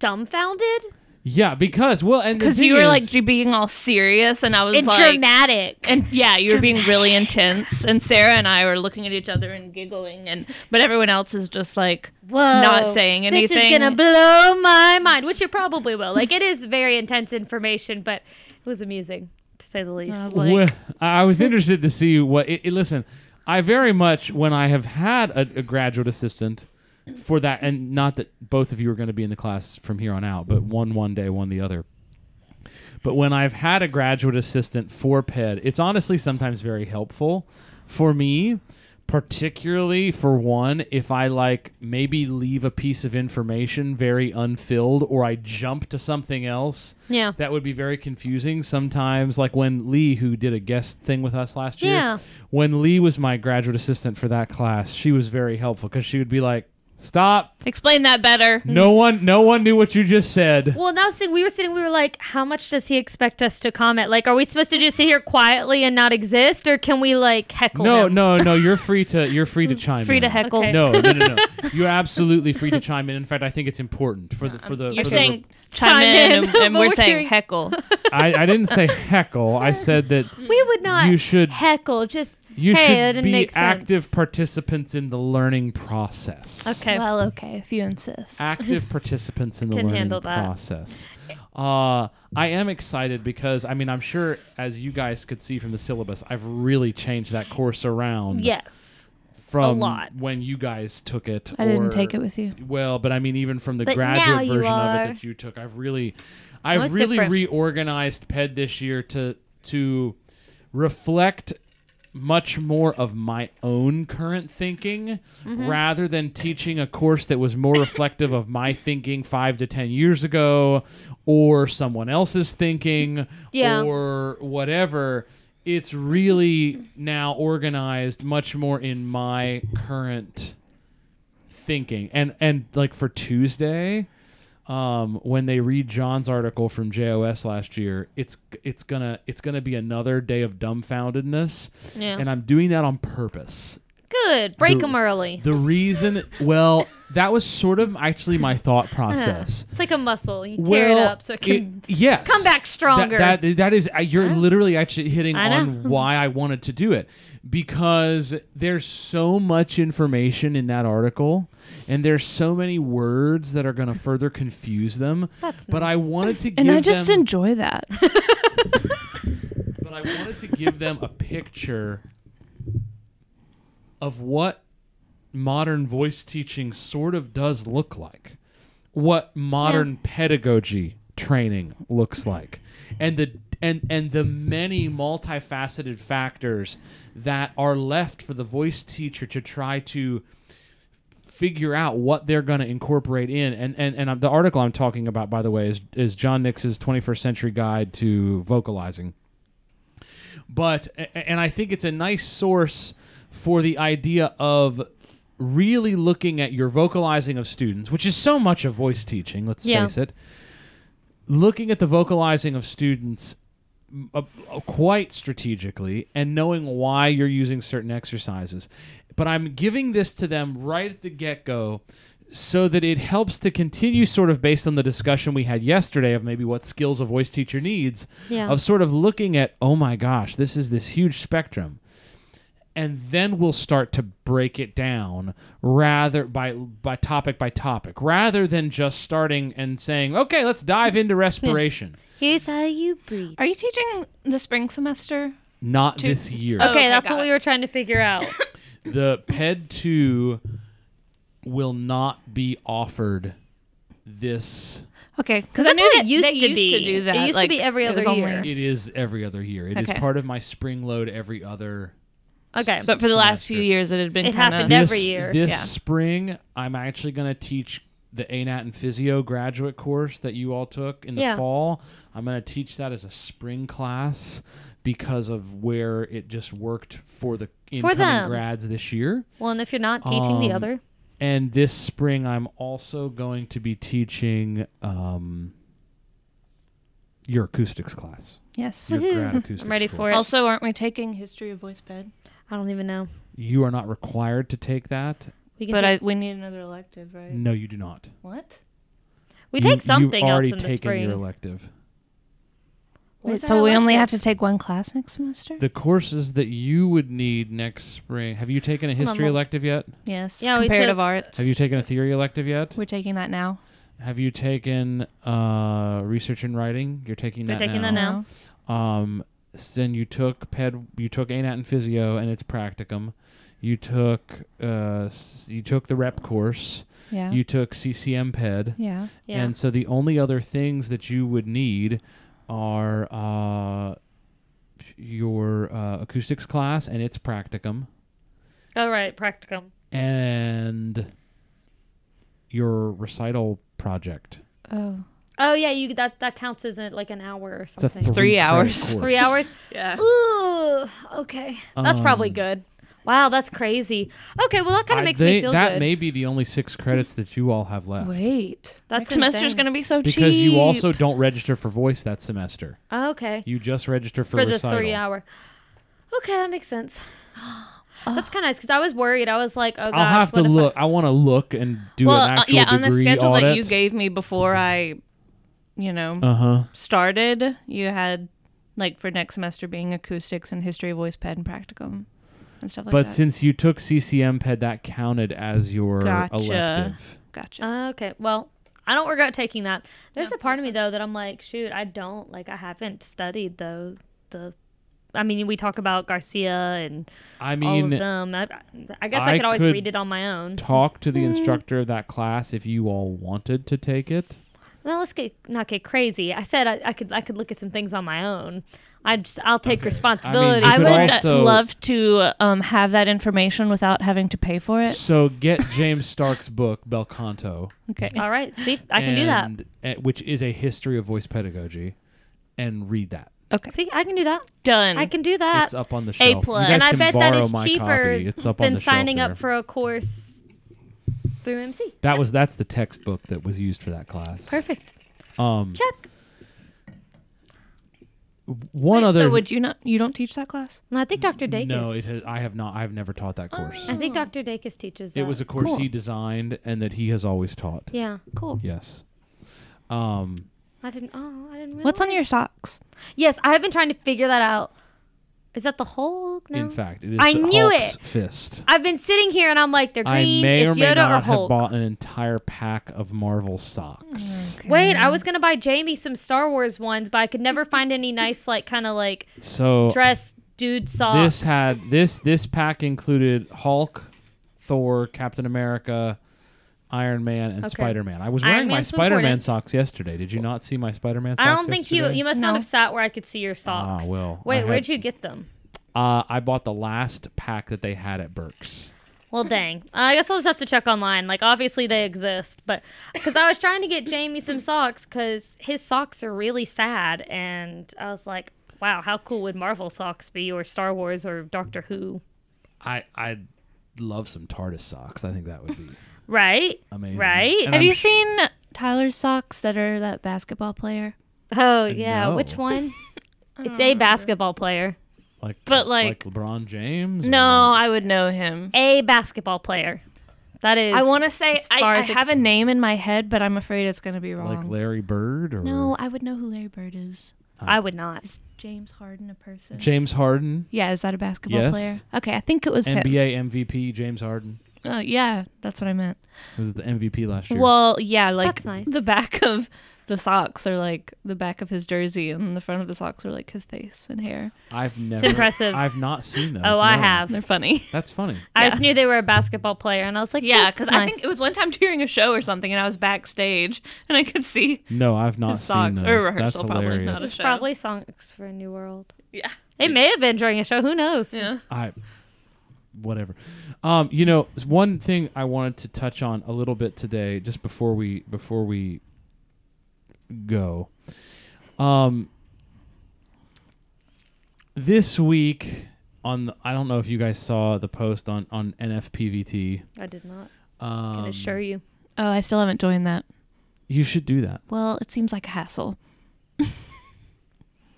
Speaker 2: dumbfounded
Speaker 3: Yeah, because well, and
Speaker 4: Because
Speaker 3: because
Speaker 4: you were like being all serious, and I was
Speaker 2: and
Speaker 4: like,
Speaker 2: dramatic.
Speaker 4: and yeah, you were being really intense. And Sarah and I were looking at each other and giggling, and but everyone else is just like,
Speaker 2: Whoa,
Speaker 4: not saying
Speaker 2: This is
Speaker 4: anything.
Speaker 2: gonna blow my mind, which it probably will. Like it is very intense information, but it was amusing to say the least.
Speaker 4: Uh, like-
Speaker 3: Well, I I was interested to see what. It, it- listen, I very much when I have had a, a graduate assistant for that, and not that both of you are going to be in the class from here on out, but one one day, one the other. But when I've had a graduate assistant for PED, it's honestly sometimes very helpful for me, particularly for one, if I like maybe leave a piece of information very unfilled or I jump to something else.
Speaker 2: Yeah.
Speaker 3: That would be very confusing sometimes. Like when Lee, who did a guest thing with us last year,
Speaker 2: Yeah.
Speaker 3: when Lee was my graduate assistant for that class, she was very helpful because she would be like, Stop.
Speaker 4: explain that better.
Speaker 3: No one no one knew what you just said.
Speaker 2: Well, now we were sitting, we were like, how much does he expect us to comment? Like, are we supposed to just sit here quietly and not exist, or can we like heckle?
Speaker 3: No,
Speaker 2: him?
Speaker 3: no, no, you're free to you're free to chime
Speaker 4: Free
Speaker 3: in.
Speaker 4: to heckle.
Speaker 2: Okay.
Speaker 3: No, no, no, no. You're absolutely free to chime in. In fact, I think it's important for the for the.
Speaker 4: You're
Speaker 3: for
Speaker 4: saying
Speaker 2: Chime
Speaker 4: chime in,
Speaker 2: in,
Speaker 4: and, and
Speaker 2: but
Speaker 4: we're
Speaker 2: we're
Speaker 4: saying
Speaker 2: hearing-
Speaker 4: heckle.
Speaker 3: the, I, I didn't say heckle. I said that
Speaker 2: We would not
Speaker 3: You should-
Speaker 2: heckle. Just
Speaker 3: you
Speaker 2: hey, that
Speaker 3: should
Speaker 2: didn't
Speaker 3: be
Speaker 2: make
Speaker 3: active
Speaker 2: sense.
Speaker 3: participants in the learning process.
Speaker 2: Okay.
Speaker 4: Well, okay, if you insist.
Speaker 3: active participants in the
Speaker 2: Can
Speaker 3: learning
Speaker 2: handle that.
Speaker 3: process. Uh, I am excited because I mean I'm sure as you guys could see from the syllabus, I've really changed that course around.
Speaker 2: yes.
Speaker 3: from
Speaker 2: lot.
Speaker 3: when you guys took it.
Speaker 4: I didn't
Speaker 3: or-
Speaker 4: take it with you.
Speaker 3: Well, but I mean even from the
Speaker 2: But now
Speaker 3: graduate
Speaker 2: you
Speaker 3: version of
Speaker 2: are.
Speaker 3: it that you took, I've really, I've
Speaker 2: Most
Speaker 3: really
Speaker 2: different.
Speaker 3: reorganized PED this year to to reflect much more of my own current thinking rather than teaching a course that was more reflective of my thinking five to ten years ago or someone else's thinking
Speaker 2: Yeah.
Speaker 3: or whatever. It's really now organized much more in my current thinking. And and like for Tuesday, um, when they read John's article from JOS last year, it's it's gonna it's gonna be another day of dumbfoundedness.
Speaker 2: Yeah.
Speaker 3: And I'm doing that on purpose.
Speaker 2: Good. Break
Speaker 3: The-
Speaker 2: them early.
Speaker 3: The reason, well, that was sort of actually my thought process.
Speaker 2: It's like a muscle. You tear
Speaker 3: well,
Speaker 2: it up so it can.
Speaker 3: it- yes.
Speaker 2: come back
Speaker 3: That-
Speaker 2: stronger.
Speaker 3: That, that is uh, you're literally actually hitting
Speaker 2: I know.
Speaker 3: on why I wanted to do it because there's so much information in that article and there's so many words that are going to further confuse them.
Speaker 2: That's
Speaker 3: But I wanted to
Speaker 4: And
Speaker 3: give
Speaker 4: I just
Speaker 3: them,
Speaker 4: enjoy that.
Speaker 3: but I wanted to give them a picture of what modern voice teaching sort of does look like, what modern pedagogy training looks like, and the and and the many multifaceted factors that are left for the voice teacher to try to figure out what they're going to incorporate in. And and and the article I'm talking about, by the way, is is John Nix's 21st Century Guide to Vocalizing but a- and I think it's a nice source for the idea of really looking at your vocalizing of students, which is so much of voice teaching. Let's
Speaker 2: Yeah.
Speaker 3: face it. Looking at the vocalizing of students m- uh, uh, quite strategically and knowing why you're using certain exercises. But I'm giving this to them right at the get go so that it helps to continue, sort of based on the discussion we had yesterday of maybe what skills a voice teacher needs,
Speaker 2: Yeah.
Speaker 3: of sort of looking at, oh my gosh, this is this huge spectrum. And then we'll start to break it down rather by by topic by topic, rather than just starting and saying, okay, let's dive into respiration.
Speaker 2: Here's how you breathe.
Speaker 4: Are you teaching the spring semester?
Speaker 3: Not this year.
Speaker 2: Okay,
Speaker 4: Okay,
Speaker 2: that's
Speaker 4: got
Speaker 2: what we
Speaker 4: it.
Speaker 2: were trying to figure out.
Speaker 3: the ped 2 will not be offered this
Speaker 4: Okay, because
Speaker 2: Because
Speaker 4: I
Speaker 2: that's
Speaker 4: knew
Speaker 2: what
Speaker 4: that
Speaker 2: it used
Speaker 4: they
Speaker 2: to be.
Speaker 4: do that.
Speaker 2: It used to
Speaker 4: like,
Speaker 2: be every
Speaker 4: it
Speaker 2: other
Speaker 4: was only-
Speaker 2: year.
Speaker 3: it is every other year It is
Speaker 4: Okay.
Speaker 3: part of my spring load every other
Speaker 2: Okay.
Speaker 4: But for the last few
Speaker 3: semester.
Speaker 4: years, it had been
Speaker 2: It
Speaker 4: kind
Speaker 2: happened
Speaker 4: of.
Speaker 2: every-
Speaker 3: this,
Speaker 2: year.
Speaker 3: this
Speaker 4: Yeah.
Speaker 3: spring i'm actually going to teach the anat and physio graduate course that you all took in the
Speaker 2: Yeah.
Speaker 3: fall i'm going to teach that as a spring class because of where it just worked for the incoming
Speaker 2: them.
Speaker 3: grads this year
Speaker 2: Well, and if you're not teaching the
Speaker 3: Um,
Speaker 2: other,
Speaker 3: and this spring I'm also going to be teaching um, your acoustics class.
Speaker 4: Yes.
Speaker 3: Your grad acoustics
Speaker 2: I'm ready
Speaker 3: course.
Speaker 2: for it.
Speaker 4: Also, aren't we taking history of voice ped?
Speaker 2: I don't even know.
Speaker 3: You are not required to take that.
Speaker 2: We can
Speaker 4: But
Speaker 2: take,
Speaker 4: I, we need another elective, right?
Speaker 3: No, you do not.
Speaker 4: What?
Speaker 2: we
Speaker 3: You-
Speaker 2: take something
Speaker 3: You've
Speaker 2: else
Speaker 3: already
Speaker 2: in the
Speaker 3: taken
Speaker 2: spring.
Speaker 3: your elective.
Speaker 4: Wait,
Speaker 2: Was
Speaker 4: so
Speaker 2: our
Speaker 4: we only have
Speaker 2: elective-
Speaker 4: to take one class next semester?
Speaker 3: The courses that you would need next spring. Have you taken a
Speaker 2: on,
Speaker 3: history
Speaker 2: hold on.
Speaker 3: elective yet?
Speaker 4: yes.
Speaker 2: Yeah, we
Speaker 4: comparative
Speaker 2: took-
Speaker 4: arts.
Speaker 3: Have you taken a theory elective yet?
Speaker 4: We're taking that now.
Speaker 3: Have you taken uh, research and writing? You're taking
Speaker 2: We're
Speaker 3: that
Speaker 2: taking
Speaker 3: now.
Speaker 2: that now.
Speaker 3: Um, s- then you took ped, you took ANAT and physio, and it's practicum. You took uh, s- you took the rep course.
Speaker 4: Yeah.
Speaker 3: You took CCM ped,
Speaker 4: yeah.
Speaker 2: Yeah.
Speaker 3: and so the only other things that you would need are uh, your uh, acoustics class and its practicum,
Speaker 2: All Oh, right, practicum.
Speaker 3: and your recital project.
Speaker 4: Oh.
Speaker 2: Oh yeah, you that that counts as a, like an hour or
Speaker 3: It's a
Speaker 2: something.
Speaker 3: three,
Speaker 4: Three
Speaker 3: credit
Speaker 4: hours.
Speaker 3: course.
Speaker 2: Three hours.
Speaker 4: Yeah.
Speaker 2: Ooh, okay, that's probably
Speaker 3: Um,
Speaker 2: good. Wow, that's crazy. Okay, well that kind
Speaker 3: I-
Speaker 2: of makes
Speaker 3: they-
Speaker 2: me feel
Speaker 3: that
Speaker 2: good.
Speaker 3: may be the only six credits that you all have left.
Speaker 4: Wait.
Speaker 2: That's
Speaker 4: Next semester's
Speaker 2: insane.
Speaker 4: going to be so cheap.
Speaker 3: because you also don't register for voice that semester.
Speaker 2: Oh, okay,
Speaker 3: You just register for,
Speaker 2: for the
Speaker 3: recital.
Speaker 2: three hour. Okay, that makes sense. That's kind of nice because I was worried. I was like, oh gosh,
Speaker 3: I'll have to
Speaker 2: what if I-
Speaker 3: look. I, want to look and do
Speaker 4: Well,
Speaker 3: an
Speaker 4: uh,
Speaker 3: actual
Speaker 4: yeah, on the
Speaker 3: degree
Speaker 4: schedule
Speaker 3: audit.
Speaker 4: that you gave me before I you know,
Speaker 3: Uh huh.
Speaker 4: started, you had like for next semester being acoustics and history, voice, ped, and practicum and stuff like
Speaker 3: but
Speaker 4: that.
Speaker 3: since you took CCM Ped, that counted as your
Speaker 4: Gotcha.
Speaker 3: elective.
Speaker 4: gotcha.
Speaker 2: Uh, okay. Well, I don't regret taking that. There's
Speaker 4: No,
Speaker 2: a part
Speaker 4: that's
Speaker 2: of me though that I'm like, shoot, I don't like. I haven't studied though the. I mean, we talk about Garcia and
Speaker 3: I
Speaker 2: all of
Speaker 3: mean,
Speaker 2: them. I, I guess I,
Speaker 3: I
Speaker 2: could always
Speaker 3: could-
Speaker 2: read it on my own.
Speaker 3: talk to
Speaker 2: Hmm.
Speaker 3: the instructor of that class if you all wanted to take it.
Speaker 2: Well, let's get not get crazy. I said I, I could I could look at some things on my own. I just I'll take responsibility.
Speaker 3: you
Speaker 4: I
Speaker 3: could
Speaker 4: would uh,
Speaker 3: also-
Speaker 4: love to um, have that information without having to pay for it.
Speaker 3: So get James Stark's book Belcanto.
Speaker 4: Okay.
Speaker 2: uh, all right, see, I can do that.
Speaker 3: that, eh, which is a history of voice pedagogy, and read that.
Speaker 4: Okay.
Speaker 2: See, I can do that.
Speaker 4: Done.
Speaker 2: I can do that.
Speaker 3: it's up on the shelf.
Speaker 4: plus.
Speaker 3: You
Speaker 2: and
Speaker 3: guys
Speaker 2: I
Speaker 3: can
Speaker 2: bet that
Speaker 3: borrow
Speaker 2: is
Speaker 3: my
Speaker 2: cheaper
Speaker 3: copy. It's up on
Speaker 2: than
Speaker 3: the shelf
Speaker 2: signing
Speaker 3: there.
Speaker 2: up for a course through MC.
Speaker 3: That was that's the textbook that was used for that class.
Speaker 2: Perfect.
Speaker 3: Um,
Speaker 2: Check.
Speaker 3: one other.
Speaker 4: So would you not? You don't teach that class?
Speaker 2: No, I think Dr. Dacus.
Speaker 3: no, it has, I have not. I have never taught that course.
Speaker 2: I think Dr. Dacus teaches that.
Speaker 3: It was a course
Speaker 4: Cool.
Speaker 3: he designed and that he has always taught.
Speaker 2: Yeah.
Speaker 4: Cool.
Speaker 3: Yes. Um,
Speaker 2: I didn't. Oh, I didn't.
Speaker 4: What's on
Speaker 2: realize.
Speaker 4: your socks?
Speaker 2: Yes, I have been trying to figure that out. Is that the Hulk? No.
Speaker 3: In fact, it is
Speaker 2: I
Speaker 3: the
Speaker 2: knew
Speaker 3: Hulk's
Speaker 2: it!
Speaker 3: fist.
Speaker 2: I've been sitting here and I'm like, they're green.
Speaker 3: I may or
Speaker 2: it's
Speaker 3: may
Speaker 2: Yoda
Speaker 3: not
Speaker 2: or Hulk.
Speaker 3: have bought an entire pack of Marvel socks.
Speaker 2: Wait, I was gonna buy Jamie some Star Wars ones, but I could never find any nice, like, kind of like
Speaker 3: So
Speaker 2: dress dude socks.
Speaker 3: this had this this pack included Hulk, Thor, Captain America, Iron Man, and
Speaker 2: Okay.
Speaker 3: Spider Man. I was
Speaker 2: Iron
Speaker 3: wearing my
Speaker 2: Man's
Speaker 3: Spider Man
Speaker 2: important.
Speaker 3: socks yesterday. Did you not see my Spider Man socks?
Speaker 2: I don't think you
Speaker 3: yesterday? Ah,
Speaker 2: you must
Speaker 4: No.
Speaker 2: not have sat where I could see your socks.
Speaker 3: well, I
Speaker 2: Wait,
Speaker 3: had-
Speaker 2: where'd you get them?
Speaker 3: Uh, I bought the last pack that they had at Burke's.
Speaker 2: Well, dang. I guess I'll just have to check online. Like, obviously they exist, but because I was trying to get Jamie some socks because his socks are really sad, and I was like, wow, how cool would Marvel socks be, or Star Wars, or Doctor Who,
Speaker 3: I I love some TARDIS socks. I think that would be
Speaker 2: right?
Speaker 3: amazing.
Speaker 2: Right?
Speaker 3: And
Speaker 4: Have
Speaker 3: I'm
Speaker 4: you
Speaker 3: sh-
Speaker 4: seen Tyler's socks that are that basketball player?
Speaker 2: Oh yeah,
Speaker 3: No.
Speaker 2: which one? It's a basketball player.
Speaker 3: like
Speaker 4: But,
Speaker 3: like,
Speaker 4: like-
Speaker 3: LeBron James? or
Speaker 4: No, I would know him.
Speaker 2: A basketball player. That is.
Speaker 4: I want to say I,
Speaker 2: far
Speaker 4: I
Speaker 2: as it-
Speaker 4: have a name in my head, but I'm afraid it's going to be wrong.
Speaker 3: like Larry Bird or
Speaker 4: no, I would know who Larry Bird is.
Speaker 2: I would not.
Speaker 4: Is James Harden a person?
Speaker 3: James Harden,
Speaker 4: yeah, is that a basketball
Speaker 3: Yes.
Speaker 4: player? Okay, I think it was him.
Speaker 3: NBA MVP James Harden.
Speaker 4: Uh, yeah, that's what I meant.
Speaker 3: He was the MVP last year.
Speaker 4: Well, yeah, like
Speaker 2: That's nice.
Speaker 4: the back of the socks are like the back of his jersey, and the front of the socks are like his face and hair.
Speaker 3: I've never
Speaker 2: impressive.
Speaker 3: I've not seen those.
Speaker 2: Oh, I
Speaker 3: no.
Speaker 2: have.
Speaker 4: They're funny.
Speaker 3: That's funny.
Speaker 2: I just knew they were a basketball player, and I was like,
Speaker 4: Yeah,
Speaker 2: that's
Speaker 4: because I
Speaker 2: nice.
Speaker 4: think it was one time during a show or something, and I was backstage, and I could see
Speaker 3: No, I've not
Speaker 4: his
Speaker 3: seen
Speaker 4: socks
Speaker 3: those.
Speaker 4: or a rehearsal,
Speaker 3: That's
Speaker 4: probably not a
Speaker 3: hilarious.
Speaker 4: show.
Speaker 2: probably songs for a new world.
Speaker 4: Yeah,
Speaker 2: It may have been during a show. Who knows?
Speaker 4: yeah.
Speaker 3: I whatever. Um, you know, one thing I wanted to touch on a little bit today, just before we before we go. Um, this week on the, I don't know if you guys saw the post on on NFPVT.
Speaker 2: I did not.
Speaker 3: Um,
Speaker 2: Can assure you.
Speaker 4: Oh, I still haven't joined that.
Speaker 3: you should do that.
Speaker 4: Well, it seems like a hassle.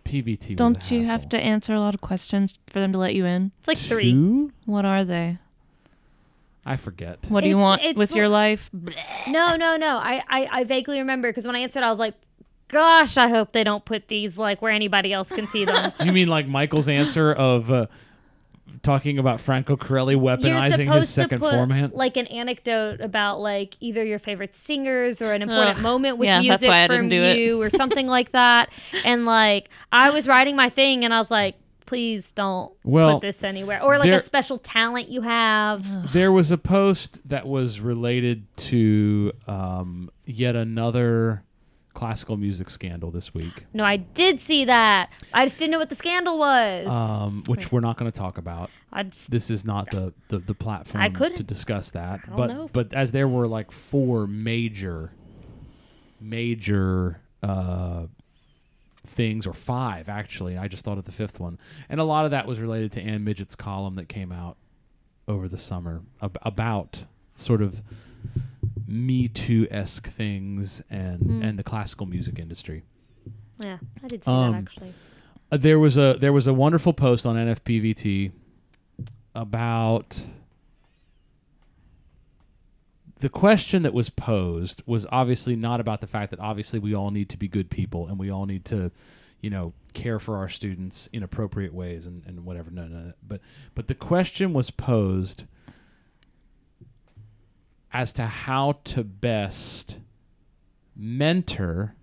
Speaker 3: PVT. was a
Speaker 4: Don't you have
Speaker 3: hassle.
Speaker 4: to answer a lot of questions for them to let you in?
Speaker 2: It's like three.
Speaker 3: Two?
Speaker 4: What are they?
Speaker 3: I forget.
Speaker 4: What do you
Speaker 2: It's-
Speaker 4: want
Speaker 2: it's
Speaker 4: with your
Speaker 2: li-
Speaker 4: life?
Speaker 2: No, no, no. I, I, I vaguely remember because when I answered, I was like, gosh, I hope they don't put these like where anybody else can see them.
Speaker 3: You mean like Michael's answer of uh, talking about Franco Corelli weaponizing his second format?
Speaker 2: like an anecdote about like either your favorite singers or an important
Speaker 4: Ugh.
Speaker 2: moment with
Speaker 4: Yeah, that's
Speaker 2: music
Speaker 4: why I
Speaker 2: from
Speaker 4: didn't do it.
Speaker 2: you or something like that. And like I was writing my thing and I was like, please don't
Speaker 3: Well,
Speaker 2: put this anywhere. Or like
Speaker 3: there-
Speaker 2: a special talent you have.
Speaker 3: there was a post that was related to um, yet another classical music scandal this week,
Speaker 2: No, I did see that. I just didn't know what the scandal was.
Speaker 3: um, which we're not going to talk about.
Speaker 2: I just
Speaker 3: This is not the, the, the platform
Speaker 2: I couldn't.
Speaker 3: to discuss that.
Speaker 2: don't
Speaker 3: but
Speaker 2: know.
Speaker 3: but as there were like four major major uh, things, or five actually. I just thought of the fifth one, and a lot of that was related to Ann Midget's column that came out over the summer ab- about sort of Me Too esque things and
Speaker 2: Hmm.
Speaker 3: and the classical music industry.
Speaker 2: yeah, I did see
Speaker 3: um,
Speaker 2: that actually.
Speaker 3: Uh, there was a there was a wonderful post on NFPVT about the question that was posed was obviously not about the fact that obviously we all need to be good people and we all need to, you know, care for our students in appropriate ways and, and whatever. No, no, no. But but the question was posed as to how to best mentor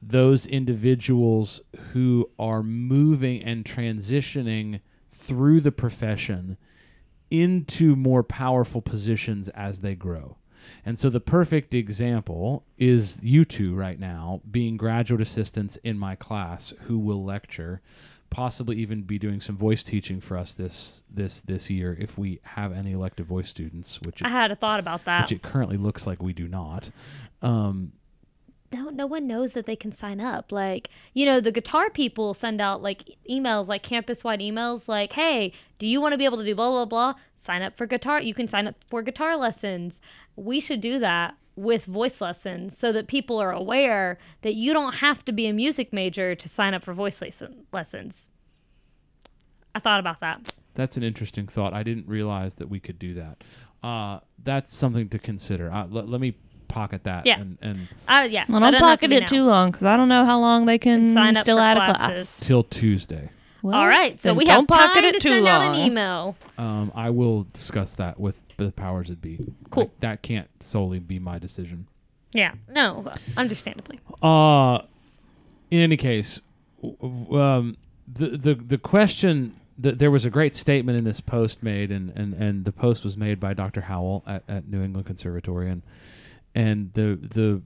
Speaker 3: those individuals who are moving and transitioning through the profession into more powerful positions as they grow. And so the perfect example is you two right now being graduate assistants in my class who will lecture, possibly even be doing some voice teaching for us this this this year if we have any elective voice students, which
Speaker 2: I
Speaker 3: it,
Speaker 2: had a thought about that.
Speaker 3: which it currently looks like we do not. Um,
Speaker 2: no, no one knows that they can sign up. Like, you know, the guitar people send out like e- emails, like campus wide emails, like, hey, do you want to be able to do blah, blah, blah? Sign up for guitar. You can sign up for guitar lessons. We should do that with voice lessons so that people are aware that you don't have to be a music major to sign up for voice lesson- lessons. I thought about that.
Speaker 3: That's an interesting thought. I didn't realize that we could do that. Uh, that's something to consider. Uh, let- let me pocket that.
Speaker 2: Yeah.
Speaker 3: And, and
Speaker 2: I, Uh, yeah.
Speaker 4: Well,
Speaker 2: that
Speaker 4: don't
Speaker 2: doesn't have to
Speaker 4: pocket
Speaker 2: be
Speaker 4: it
Speaker 2: now.
Speaker 4: too long because I don't know how long they can
Speaker 2: sign up
Speaker 4: still
Speaker 2: for
Speaker 4: add a
Speaker 2: classes.
Speaker 4: class.
Speaker 3: till Tuesday,
Speaker 4: Well,
Speaker 2: All right. So
Speaker 4: then
Speaker 2: we
Speaker 4: don't
Speaker 2: have
Speaker 4: pocket
Speaker 2: time
Speaker 4: it
Speaker 2: to
Speaker 4: too
Speaker 2: send
Speaker 4: long.
Speaker 2: out an email.
Speaker 3: um, I will discuss that with the powers that be.
Speaker 2: Cool.
Speaker 3: Like, that can't solely be my decision.
Speaker 2: Yeah. No, understandably.
Speaker 3: Uh, in any case, w- w- um, the the the question that there was a great statement in this post made, and and and the post was made by Dr. Howell at, at New England Conservatory, and and the the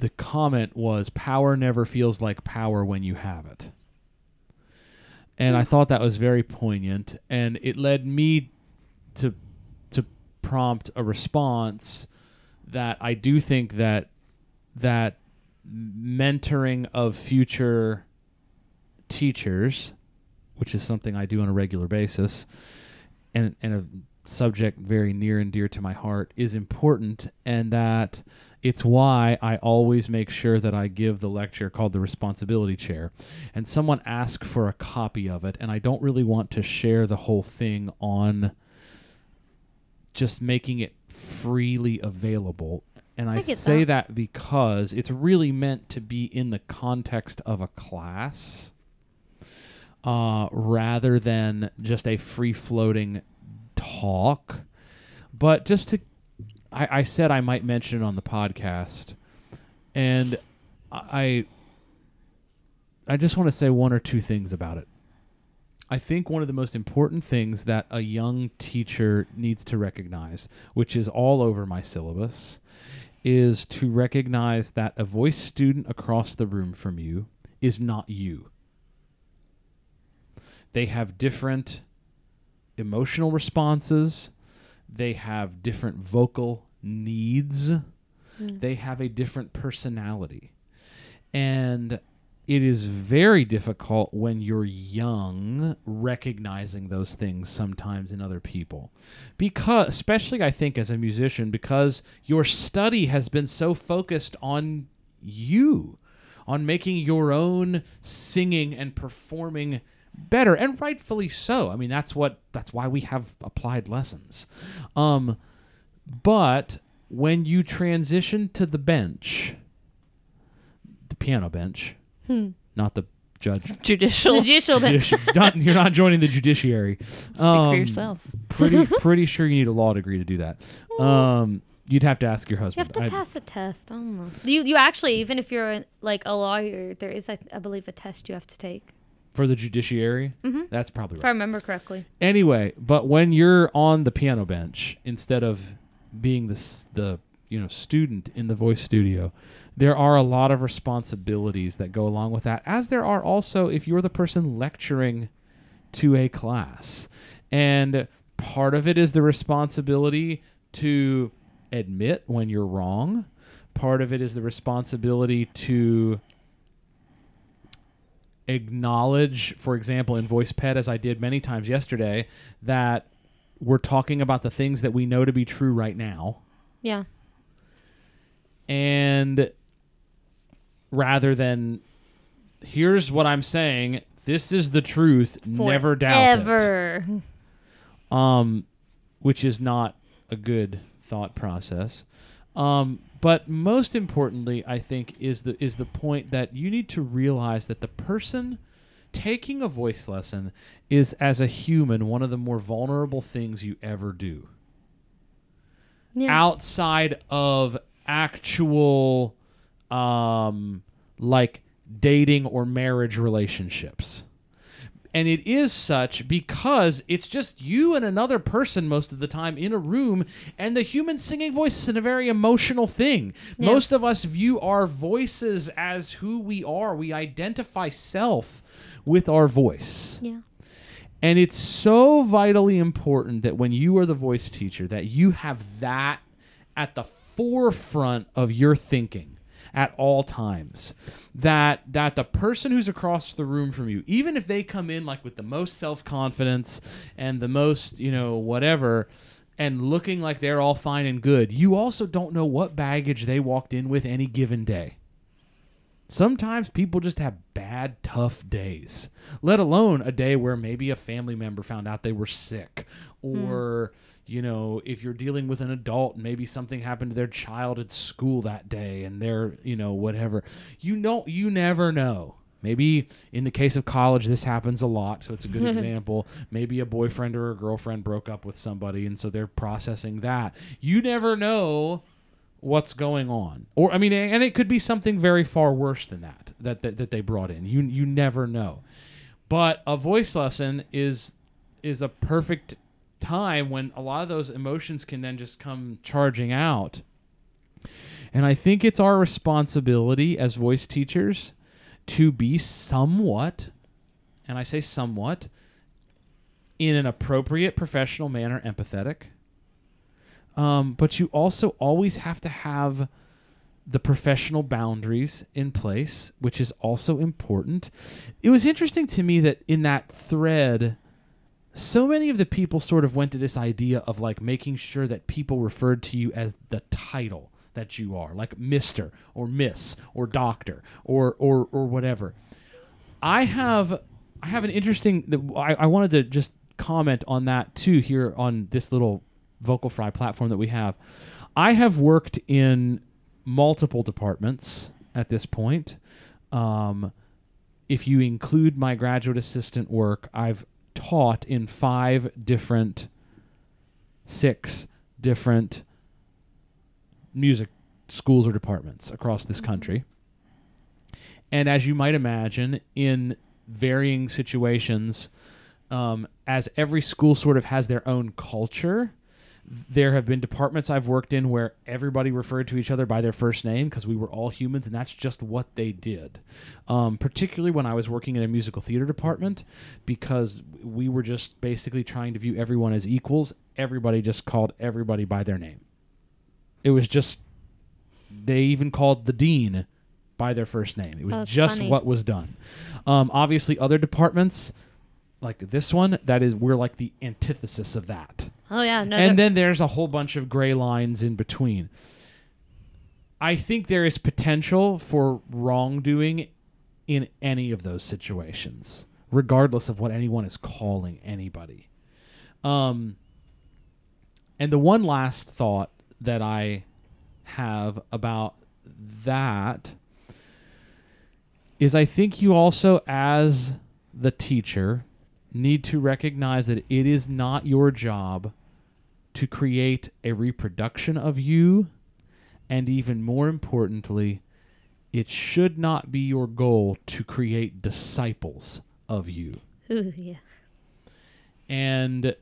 Speaker 3: the comment was power never feels like power when you have it. And I thought that was very poignant, and it led me to to prompt a response that I do think that that mentoring of future teachers, which is something I do on a regular basis, and and a subject very near and dear to my heart, is important, and that it's why I always make sure that I give the lecture called the responsibility chair, and someone asked for a copy of it, and I don't really want to share the whole thing on just making it freely available. And I,
Speaker 2: I get
Speaker 3: say
Speaker 2: that.
Speaker 3: that because it's really meant to be in the context of a class uh, rather than just a free floating talk. But just to, I, I said I might mention it on the podcast, and I, I just want to say one or two things about it. I think one of the most important things that a young teacher needs to recognize, which is all over my syllabus, is to recognize that a voice student across the room from you is not you. They have different emotional responses, they have different vocal needs, they have a different personality. And it is very difficult when you're young recognizing those things sometimes in other people. Because, especially I think as a musician, because your study has been so focused on you, on making your own singing and performing better and rightfully so i mean that's what that's why we have applied lessons um but when you transition to the bench the piano bench
Speaker 2: Hmm.
Speaker 3: not the judge.
Speaker 4: Judicial.
Speaker 2: Judicial bit.
Speaker 3: judici- not- you're not joining the judiciary. Um,
Speaker 4: for yourself.
Speaker 3: pretty pretty sure you need a law degree to do that. Um, you'd have to ask your
Speaker 2: You
Speaker 3: husband.
Speaker 2: have to
Speaker 3: I-
Speaker 2: pass a test. I don't know. You you actually even if you're like a lawyer, there is I, I believe a test you have to take
Speaker 3: for the judiciary,
Speaker 2: Mm-hmm.
Speaker 3: that's probably
Speaker 2: if I
Speaker 3: right.
Speaker 2: remember correctly.
Speaker 3: Anyway, but when you're on the piano bench instead of being the s- the you know student in the voice studio, there are a lot of responsibilities that go along with that. As there are also if you're the person lecturing to a class. And part of it is the responsibility to admit when you're wrong. Part of it is the responsibility to acknowledge, for example, in Voice Pet, as I did many times yesterday, that we're talking about the things that we know to be true right now
Speaker 2: Yeah.
Speaker 3: and rather than here's what I'm saying, this is the truth, never doubt it,
Speaker 2: Ever.
Speaker 3: um, which is not a good thought process. Um, but most importantly, I think is the is the point that you need to realize that the person taking a voice lesson is as a human one of the more vulnerable things you ever do
Speaker 2: Yeah.
Speaker 3: outside of actual um like dating or marriage relationships and it is such because it's just you and another person most of the time in a room and the human singing voice is a very emotional thing most of us view our voices as who we are we identify self with our voice
Speaker 2: yeah.
Speaker 3: and it's so vitally important that when you are the voice teacher, that you have that at the forefront of your thinking at all times. That that the person who's across the room from you, even if they come in like with the most self-confidence and the most, you know, whatever, and looking like they're all fine and good, you also don't know what baggage they walked in with any given day sometimes people just have bad, tough days, let alone a day where maybe a family member found out they were sick or. You know, if you're dealing with an adult, maybe something happened to their child at school that day and they're, you know, whatever. You know, you never know. Maybe in the case of college, this happens a lot. So it's a good example. Maybe a boyfriend or a girlfriend broke up with somebody. And so they're processing that. You never know what's going on or i mean and it could be something very far worse than that that that, that they brought in you you never know but a voice lesson is is a perfect time when a lot of those emotions can then just come charging out and i think it's our responsibility as voice teachers to be somewhat and i say somewhat in an appropriate professional manner empathetic um, but you also always have to have the professional boundaries in place, which is also important. It was interesting to me that in that thread, so many of the people sort of went to this idea of like making sure that people referred to you as the title that you are, like Mister or Miss or Doctor or or or whatever. I have I have an interesting. I, I wanted to just comment on that too here on this little vocal fry platform that we have. I have worked in multiple departments at this point. Um, if you include my graduate assistant work, I've taught in five different, six different music schools or departments across this country. And as you might imagine, in varying situations, um, as every school sort of has their own culture, there have been departments I've worked in where everybody referred to each other by their first name because we were all humans and that's just what they did. Um, particularly when I was working in a musical theater department because we were just basically trying to view everyone as equals. Everybody just called everybody by their name. It was just, they even called the dean by their first name. It was
Speaker 2: That's
Speaker 3: just
Speaker 2: funny.
Speaker 3: what was done. Um, obviously, other departments like this one, that is, we're like the antithesis of that
Speaker 2: Oh yeah. No,
Speaker 3: and
Speaker 2: they're-
Speaker 3: then there's a whole bunch of gray lines in between. I think there is potential for wrongdoing in any of those situations, regardless of what anyone is calling anybody. Um, and the one last thought that I have about that is I think you also, as the teacher, need to recognize that it is not your job to create a reproduction of you. And even more importantly, it should not be your goal to create disciples of you.
Speaker 2: Ooh, yeah.
Speaker 3: And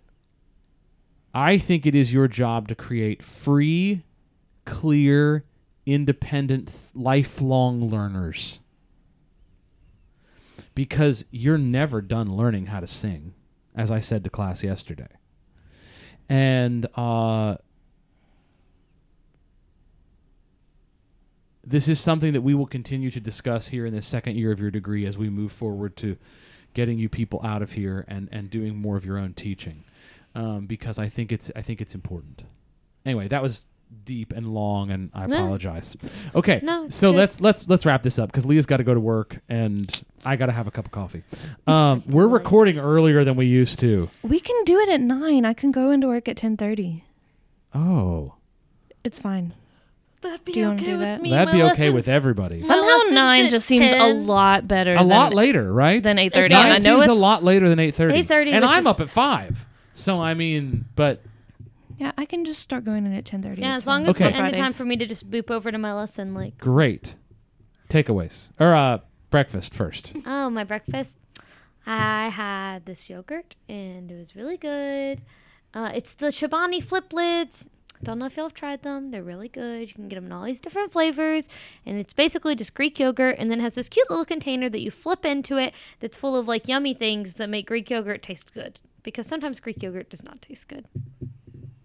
Speaker 3: I think it is your job to create free, clear, independent, th- lifelong learners. Because you're never done learning how to sing, as I said to class yesterday. And uh, this is something that we will continue to discuss here in the second year of your degree as we move forward to getting you people out of here and, and doing more of your own teaching um, because I think it's I think it's important. Anyway, that was deep and long and I
Speaker 2: No.
Speaker 3: apologize. Okay.
Speaker 2: No, it's
Speaker 3: so
Speaker 2: good.
Speaker 3: let's let's let's wrap this up cuz Leah's got to go to work and I got to have a cup of coffee. Um, we're recording earlier than we used to.
Speaker 4: We can do it at nine. I can go into work at ten thirty.
Speaker 3: Oh.
Speaker 4: It's fine.
Speaker 2: That'd be
Speaker 4: Do you wanna
Speaker 2: okay
Speaker 4: do
Speaker 2: with
Speaker 4: that?
Speaker 2: me.
Speaker 3: That'd
Speaker 2: My
Speaker 3: be okay
Speaker 2: lessons-
Speaker 3: with everybody.
Speaker 2: My
Speaker 4: Somehow
Speaker 2: lesson's
Speaker 4: nine
Speaker 2: at
Speaker 4: just seems a
Speaker 2: 10.
Speaker 4: lot better.
Speaker 3: A
Speaker 4: than-
Speaker 3: lot later, right?
Speaker 4: than eight thirty.
Speaker 3: Nine
Speaker 4: I know
Speaker 3: seems
Speaker 4: it's
Speaker 3: a lot later than eight thirty.
Speaker 2: 8:30
Speaker 3: and
Speaker 2: was
Speaker 3: I'm
Speaker 2: just-
Speaker 3: up at five. So I mean, but
Speaker 4: Yeah, I can just start going in at ten thirty.
Speaker 2: Yeah, as long as
Speaker 3: Okay.
Speaker 2: we end the time
Speaker 4: Fridays.
Speaker 2: for me to just boop over to my lesson, like,
Speaker 3: great takeaways or uh, breakfast first.
Speaker 2: oh, my breakfast. I had this yogurt and it was really good. Uh, it's the Chobani Fliplets. Don't know if y'all have tried them. They're really good. You can get them in all these different flavors. And it's basically just Greek yogurt and then has this cute little container that you flip into it that's full of like yummy things that make Greek yogurt taste good. Because sometimes Greek yogurt does not taste good.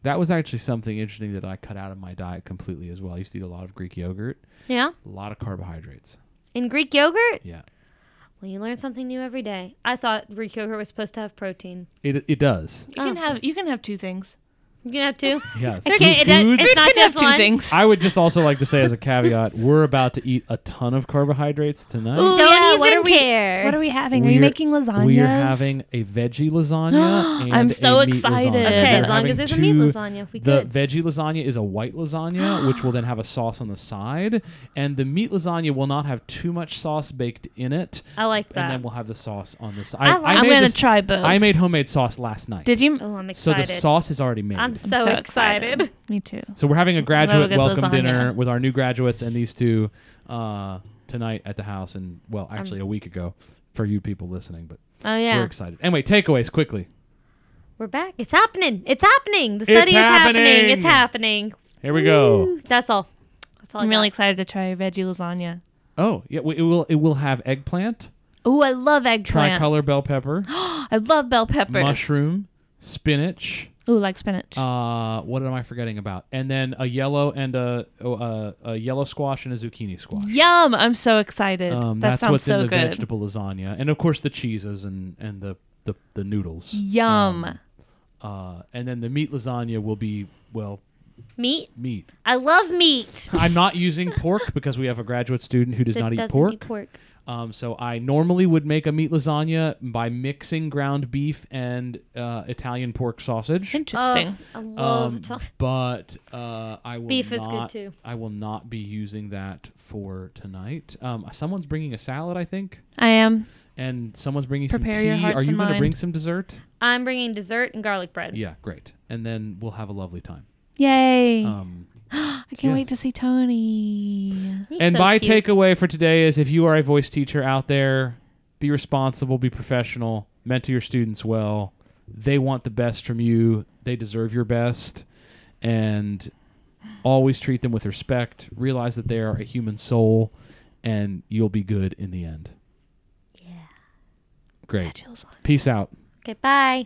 Speaker 3: That was actually something interesting that I cut out of my diet completely as well. I used to eat a lot of Greek yogurt,
Speaker 2: Yeah?
Speaker 3: a lot of carbohydrates.
Speaker 2: In Greek yogurt?
Speaker 3: Yeah,
Speaker 2: Well, you learn something new every day. I thought Greek yogurt was supposed to have protein.
Speaker 3: it it does.
Speaker 4: you
Speaker 2: Oh.
Speaker 4: can have you can have two things.
Speaker 2: You can have two. I
Speaker 3: Yeah, food-
Speaker 2: can't- it does-
Speaker 3: foods-
Speaker 2: it's not
Speaker 4: You can have
Speaker 2: just one.
Speaker 4: two things.
Speaker 3: I would just also like to say as a caveat, we're about to eat a ton of carbohydrates tonight.
Speaker 4: Ooh,
Speaker 2: Don't
Speaker 4: yeah,
Speaker 2: even
Speaker 4: what are we-
Speaker 2: care.
Speaker 4: What are we having? are
Speaker 3: We're-
Speaker 4: you making lasagnas?
Speaker 3: We are having a veggie lasagna. and
Speaker 4: I'm so
Speaker 3: a meat
Speaker 4: excited.
Speaker 3: lasagna.
Speaker 4: Okay,
Speaker 3: We're
Speaker 4: as
Speaker 2: long
Speaker 3: having
Speaker 2: as there's a meat
Speaker 3: two-
Speaker 2: lasagna, we
Speaker 3: the
Speaker 2: good.
Speaker 3: veggie lasagna is a white lasagna, which will then have a sauce on the side, and the meat lasagna will not have too much sauce baked in it.
Speaker 2: I like that.
Speaker 3: And then we'll have the sauce on the side.
Speaker 2: I like- I'm
Speaker 3: made
Speaker 4: gonna
Speaker 3: this-
Speaker 4: try both.
Speaker 3: I made homemade sauce last night.
Speaker 4: Did you?
Speaker 2: oh, I'm
Speaker 3: so
Speaker 2: excited.
Speaker 3: the sauce is already made.
Speaker 2: I'm so,
Speaker 4: I'm
Speaker 2: excited.
Speaker 4: Me too.
Speaker 3: so we're having a
Speaker 4: gonna
Speaker 3: graduate
Speaker 4: get
Speaker 3: welcome
Speaker 4: lasagna.
Speaker 3: dinner with our new graduates and these two uh, tonight at the house, and well,
Speaker 4: Um,
Speaker 3: actually a week ago for you people listening, but
Speaker 2: Oh yeah,
Speaker 3: we're
Speaker 2: we're,
Speaker 3: excited. Anyway, takeaways quickly.
Speaker 2: back. It's happening. It's happening. The study is happening.
Speaker 3: happening.
Speaker 2: It's happening.
Speaker 3: Here we go.
Speaker 2: Woo. That's all. That's all. I
Speaker 4: I'm really
Speaker 2: got.
Speaker 4: excited to try your veggie lasagna.
Speaker 3: Oh, yeah, w- it will it will have eggplant,
Speaker 4: Oh, I love eggplant.
Speaker 3: tricolor bell pepper,
Speaker 4: I love bell peppers.
Speaker 3: mushroom, spinach.
Speaker 4: Ooh, like spinach.
Speaker 3: Uh, what am I forgetting about? And then a yellow and a oh, uh, a yellow squash and a zucchini squash.
Speaker 4: Yum! I'm so excited.
Speaker 3: Um,
Speaker 4: that
Speaker 3: that's
Speaker 4: sounds
Speaker 3: what's
Speaker 4: so
Speaker 3: in the
Speaker 4: good.
Speaker 3: vegetable lasagna, and of course the cheeses and and the the, the noodles.
Speaker 4: Yum.
Speaker 3: Um, uh, and then the meat lasagna will be well
Speaker 2: meat.
Speaker 3: meat.
Speaker 2: I love meat.
Speaker 3: I'm not using pork because we have a graduate student who does
Speaker 2: That
Speaker 3: not eat
Speaker 2: doesn't
Speaker 3: pork.
Speaker 2: Eat pork.
Speaker 3: Um, so I normally would make a meat lasagna by mixing ground beef and uh, Italian pork sausage.
Speaker 4: Interesting.
Speaker 2: Oh, I love
Speaker 3: Um,
Speaker 2: to-
Speaker 3: but uh, I will
Speaker 2: Beef is good
Speaker 3: not-
Speaker 2: too.
Speaker 3: I will not be using that for tonight. Um, someone's bringing a salad, I think,
Speaker 4: I am.
Speaker 3: and someone's bringing
Speaker 4: Prepare
Speaker 3: some
Speaker 4: your
Speaker 3: tea.
Speaker 4: hearts
Speaker 3: Are you
Speaker 4: and
Speaker 3: gonna
Speaker 4: mind.
Speaker 3: bring some dessert?
Speaker 2: I'm bringing dessert and garlic bread.
Speaker 3: Yeah, great. And then we'll have a lovely time.
Speaker 4: Yay!
Speaker 3: Um,
Speaker 4: I can't wait
Speaker 3: yes.
Speaker 4: to see Tony.
Speaker 2: He's
Speaker 3: and
Speaker 2: so
Speaker 3: my
Speaker 2: cute.
Speaker 3: takeaway for today is if you are a voice teacher out there, be responsible, be professional, mentor your students well. They want the best from you, they deserve your best. And always treat them with respect. Realize that they are a human soul and you'll be good in the end.
Speaker 2: Yeah.
Speaker 3: Uh, Great. Peace out.
Speaker 2: Okay. Bye.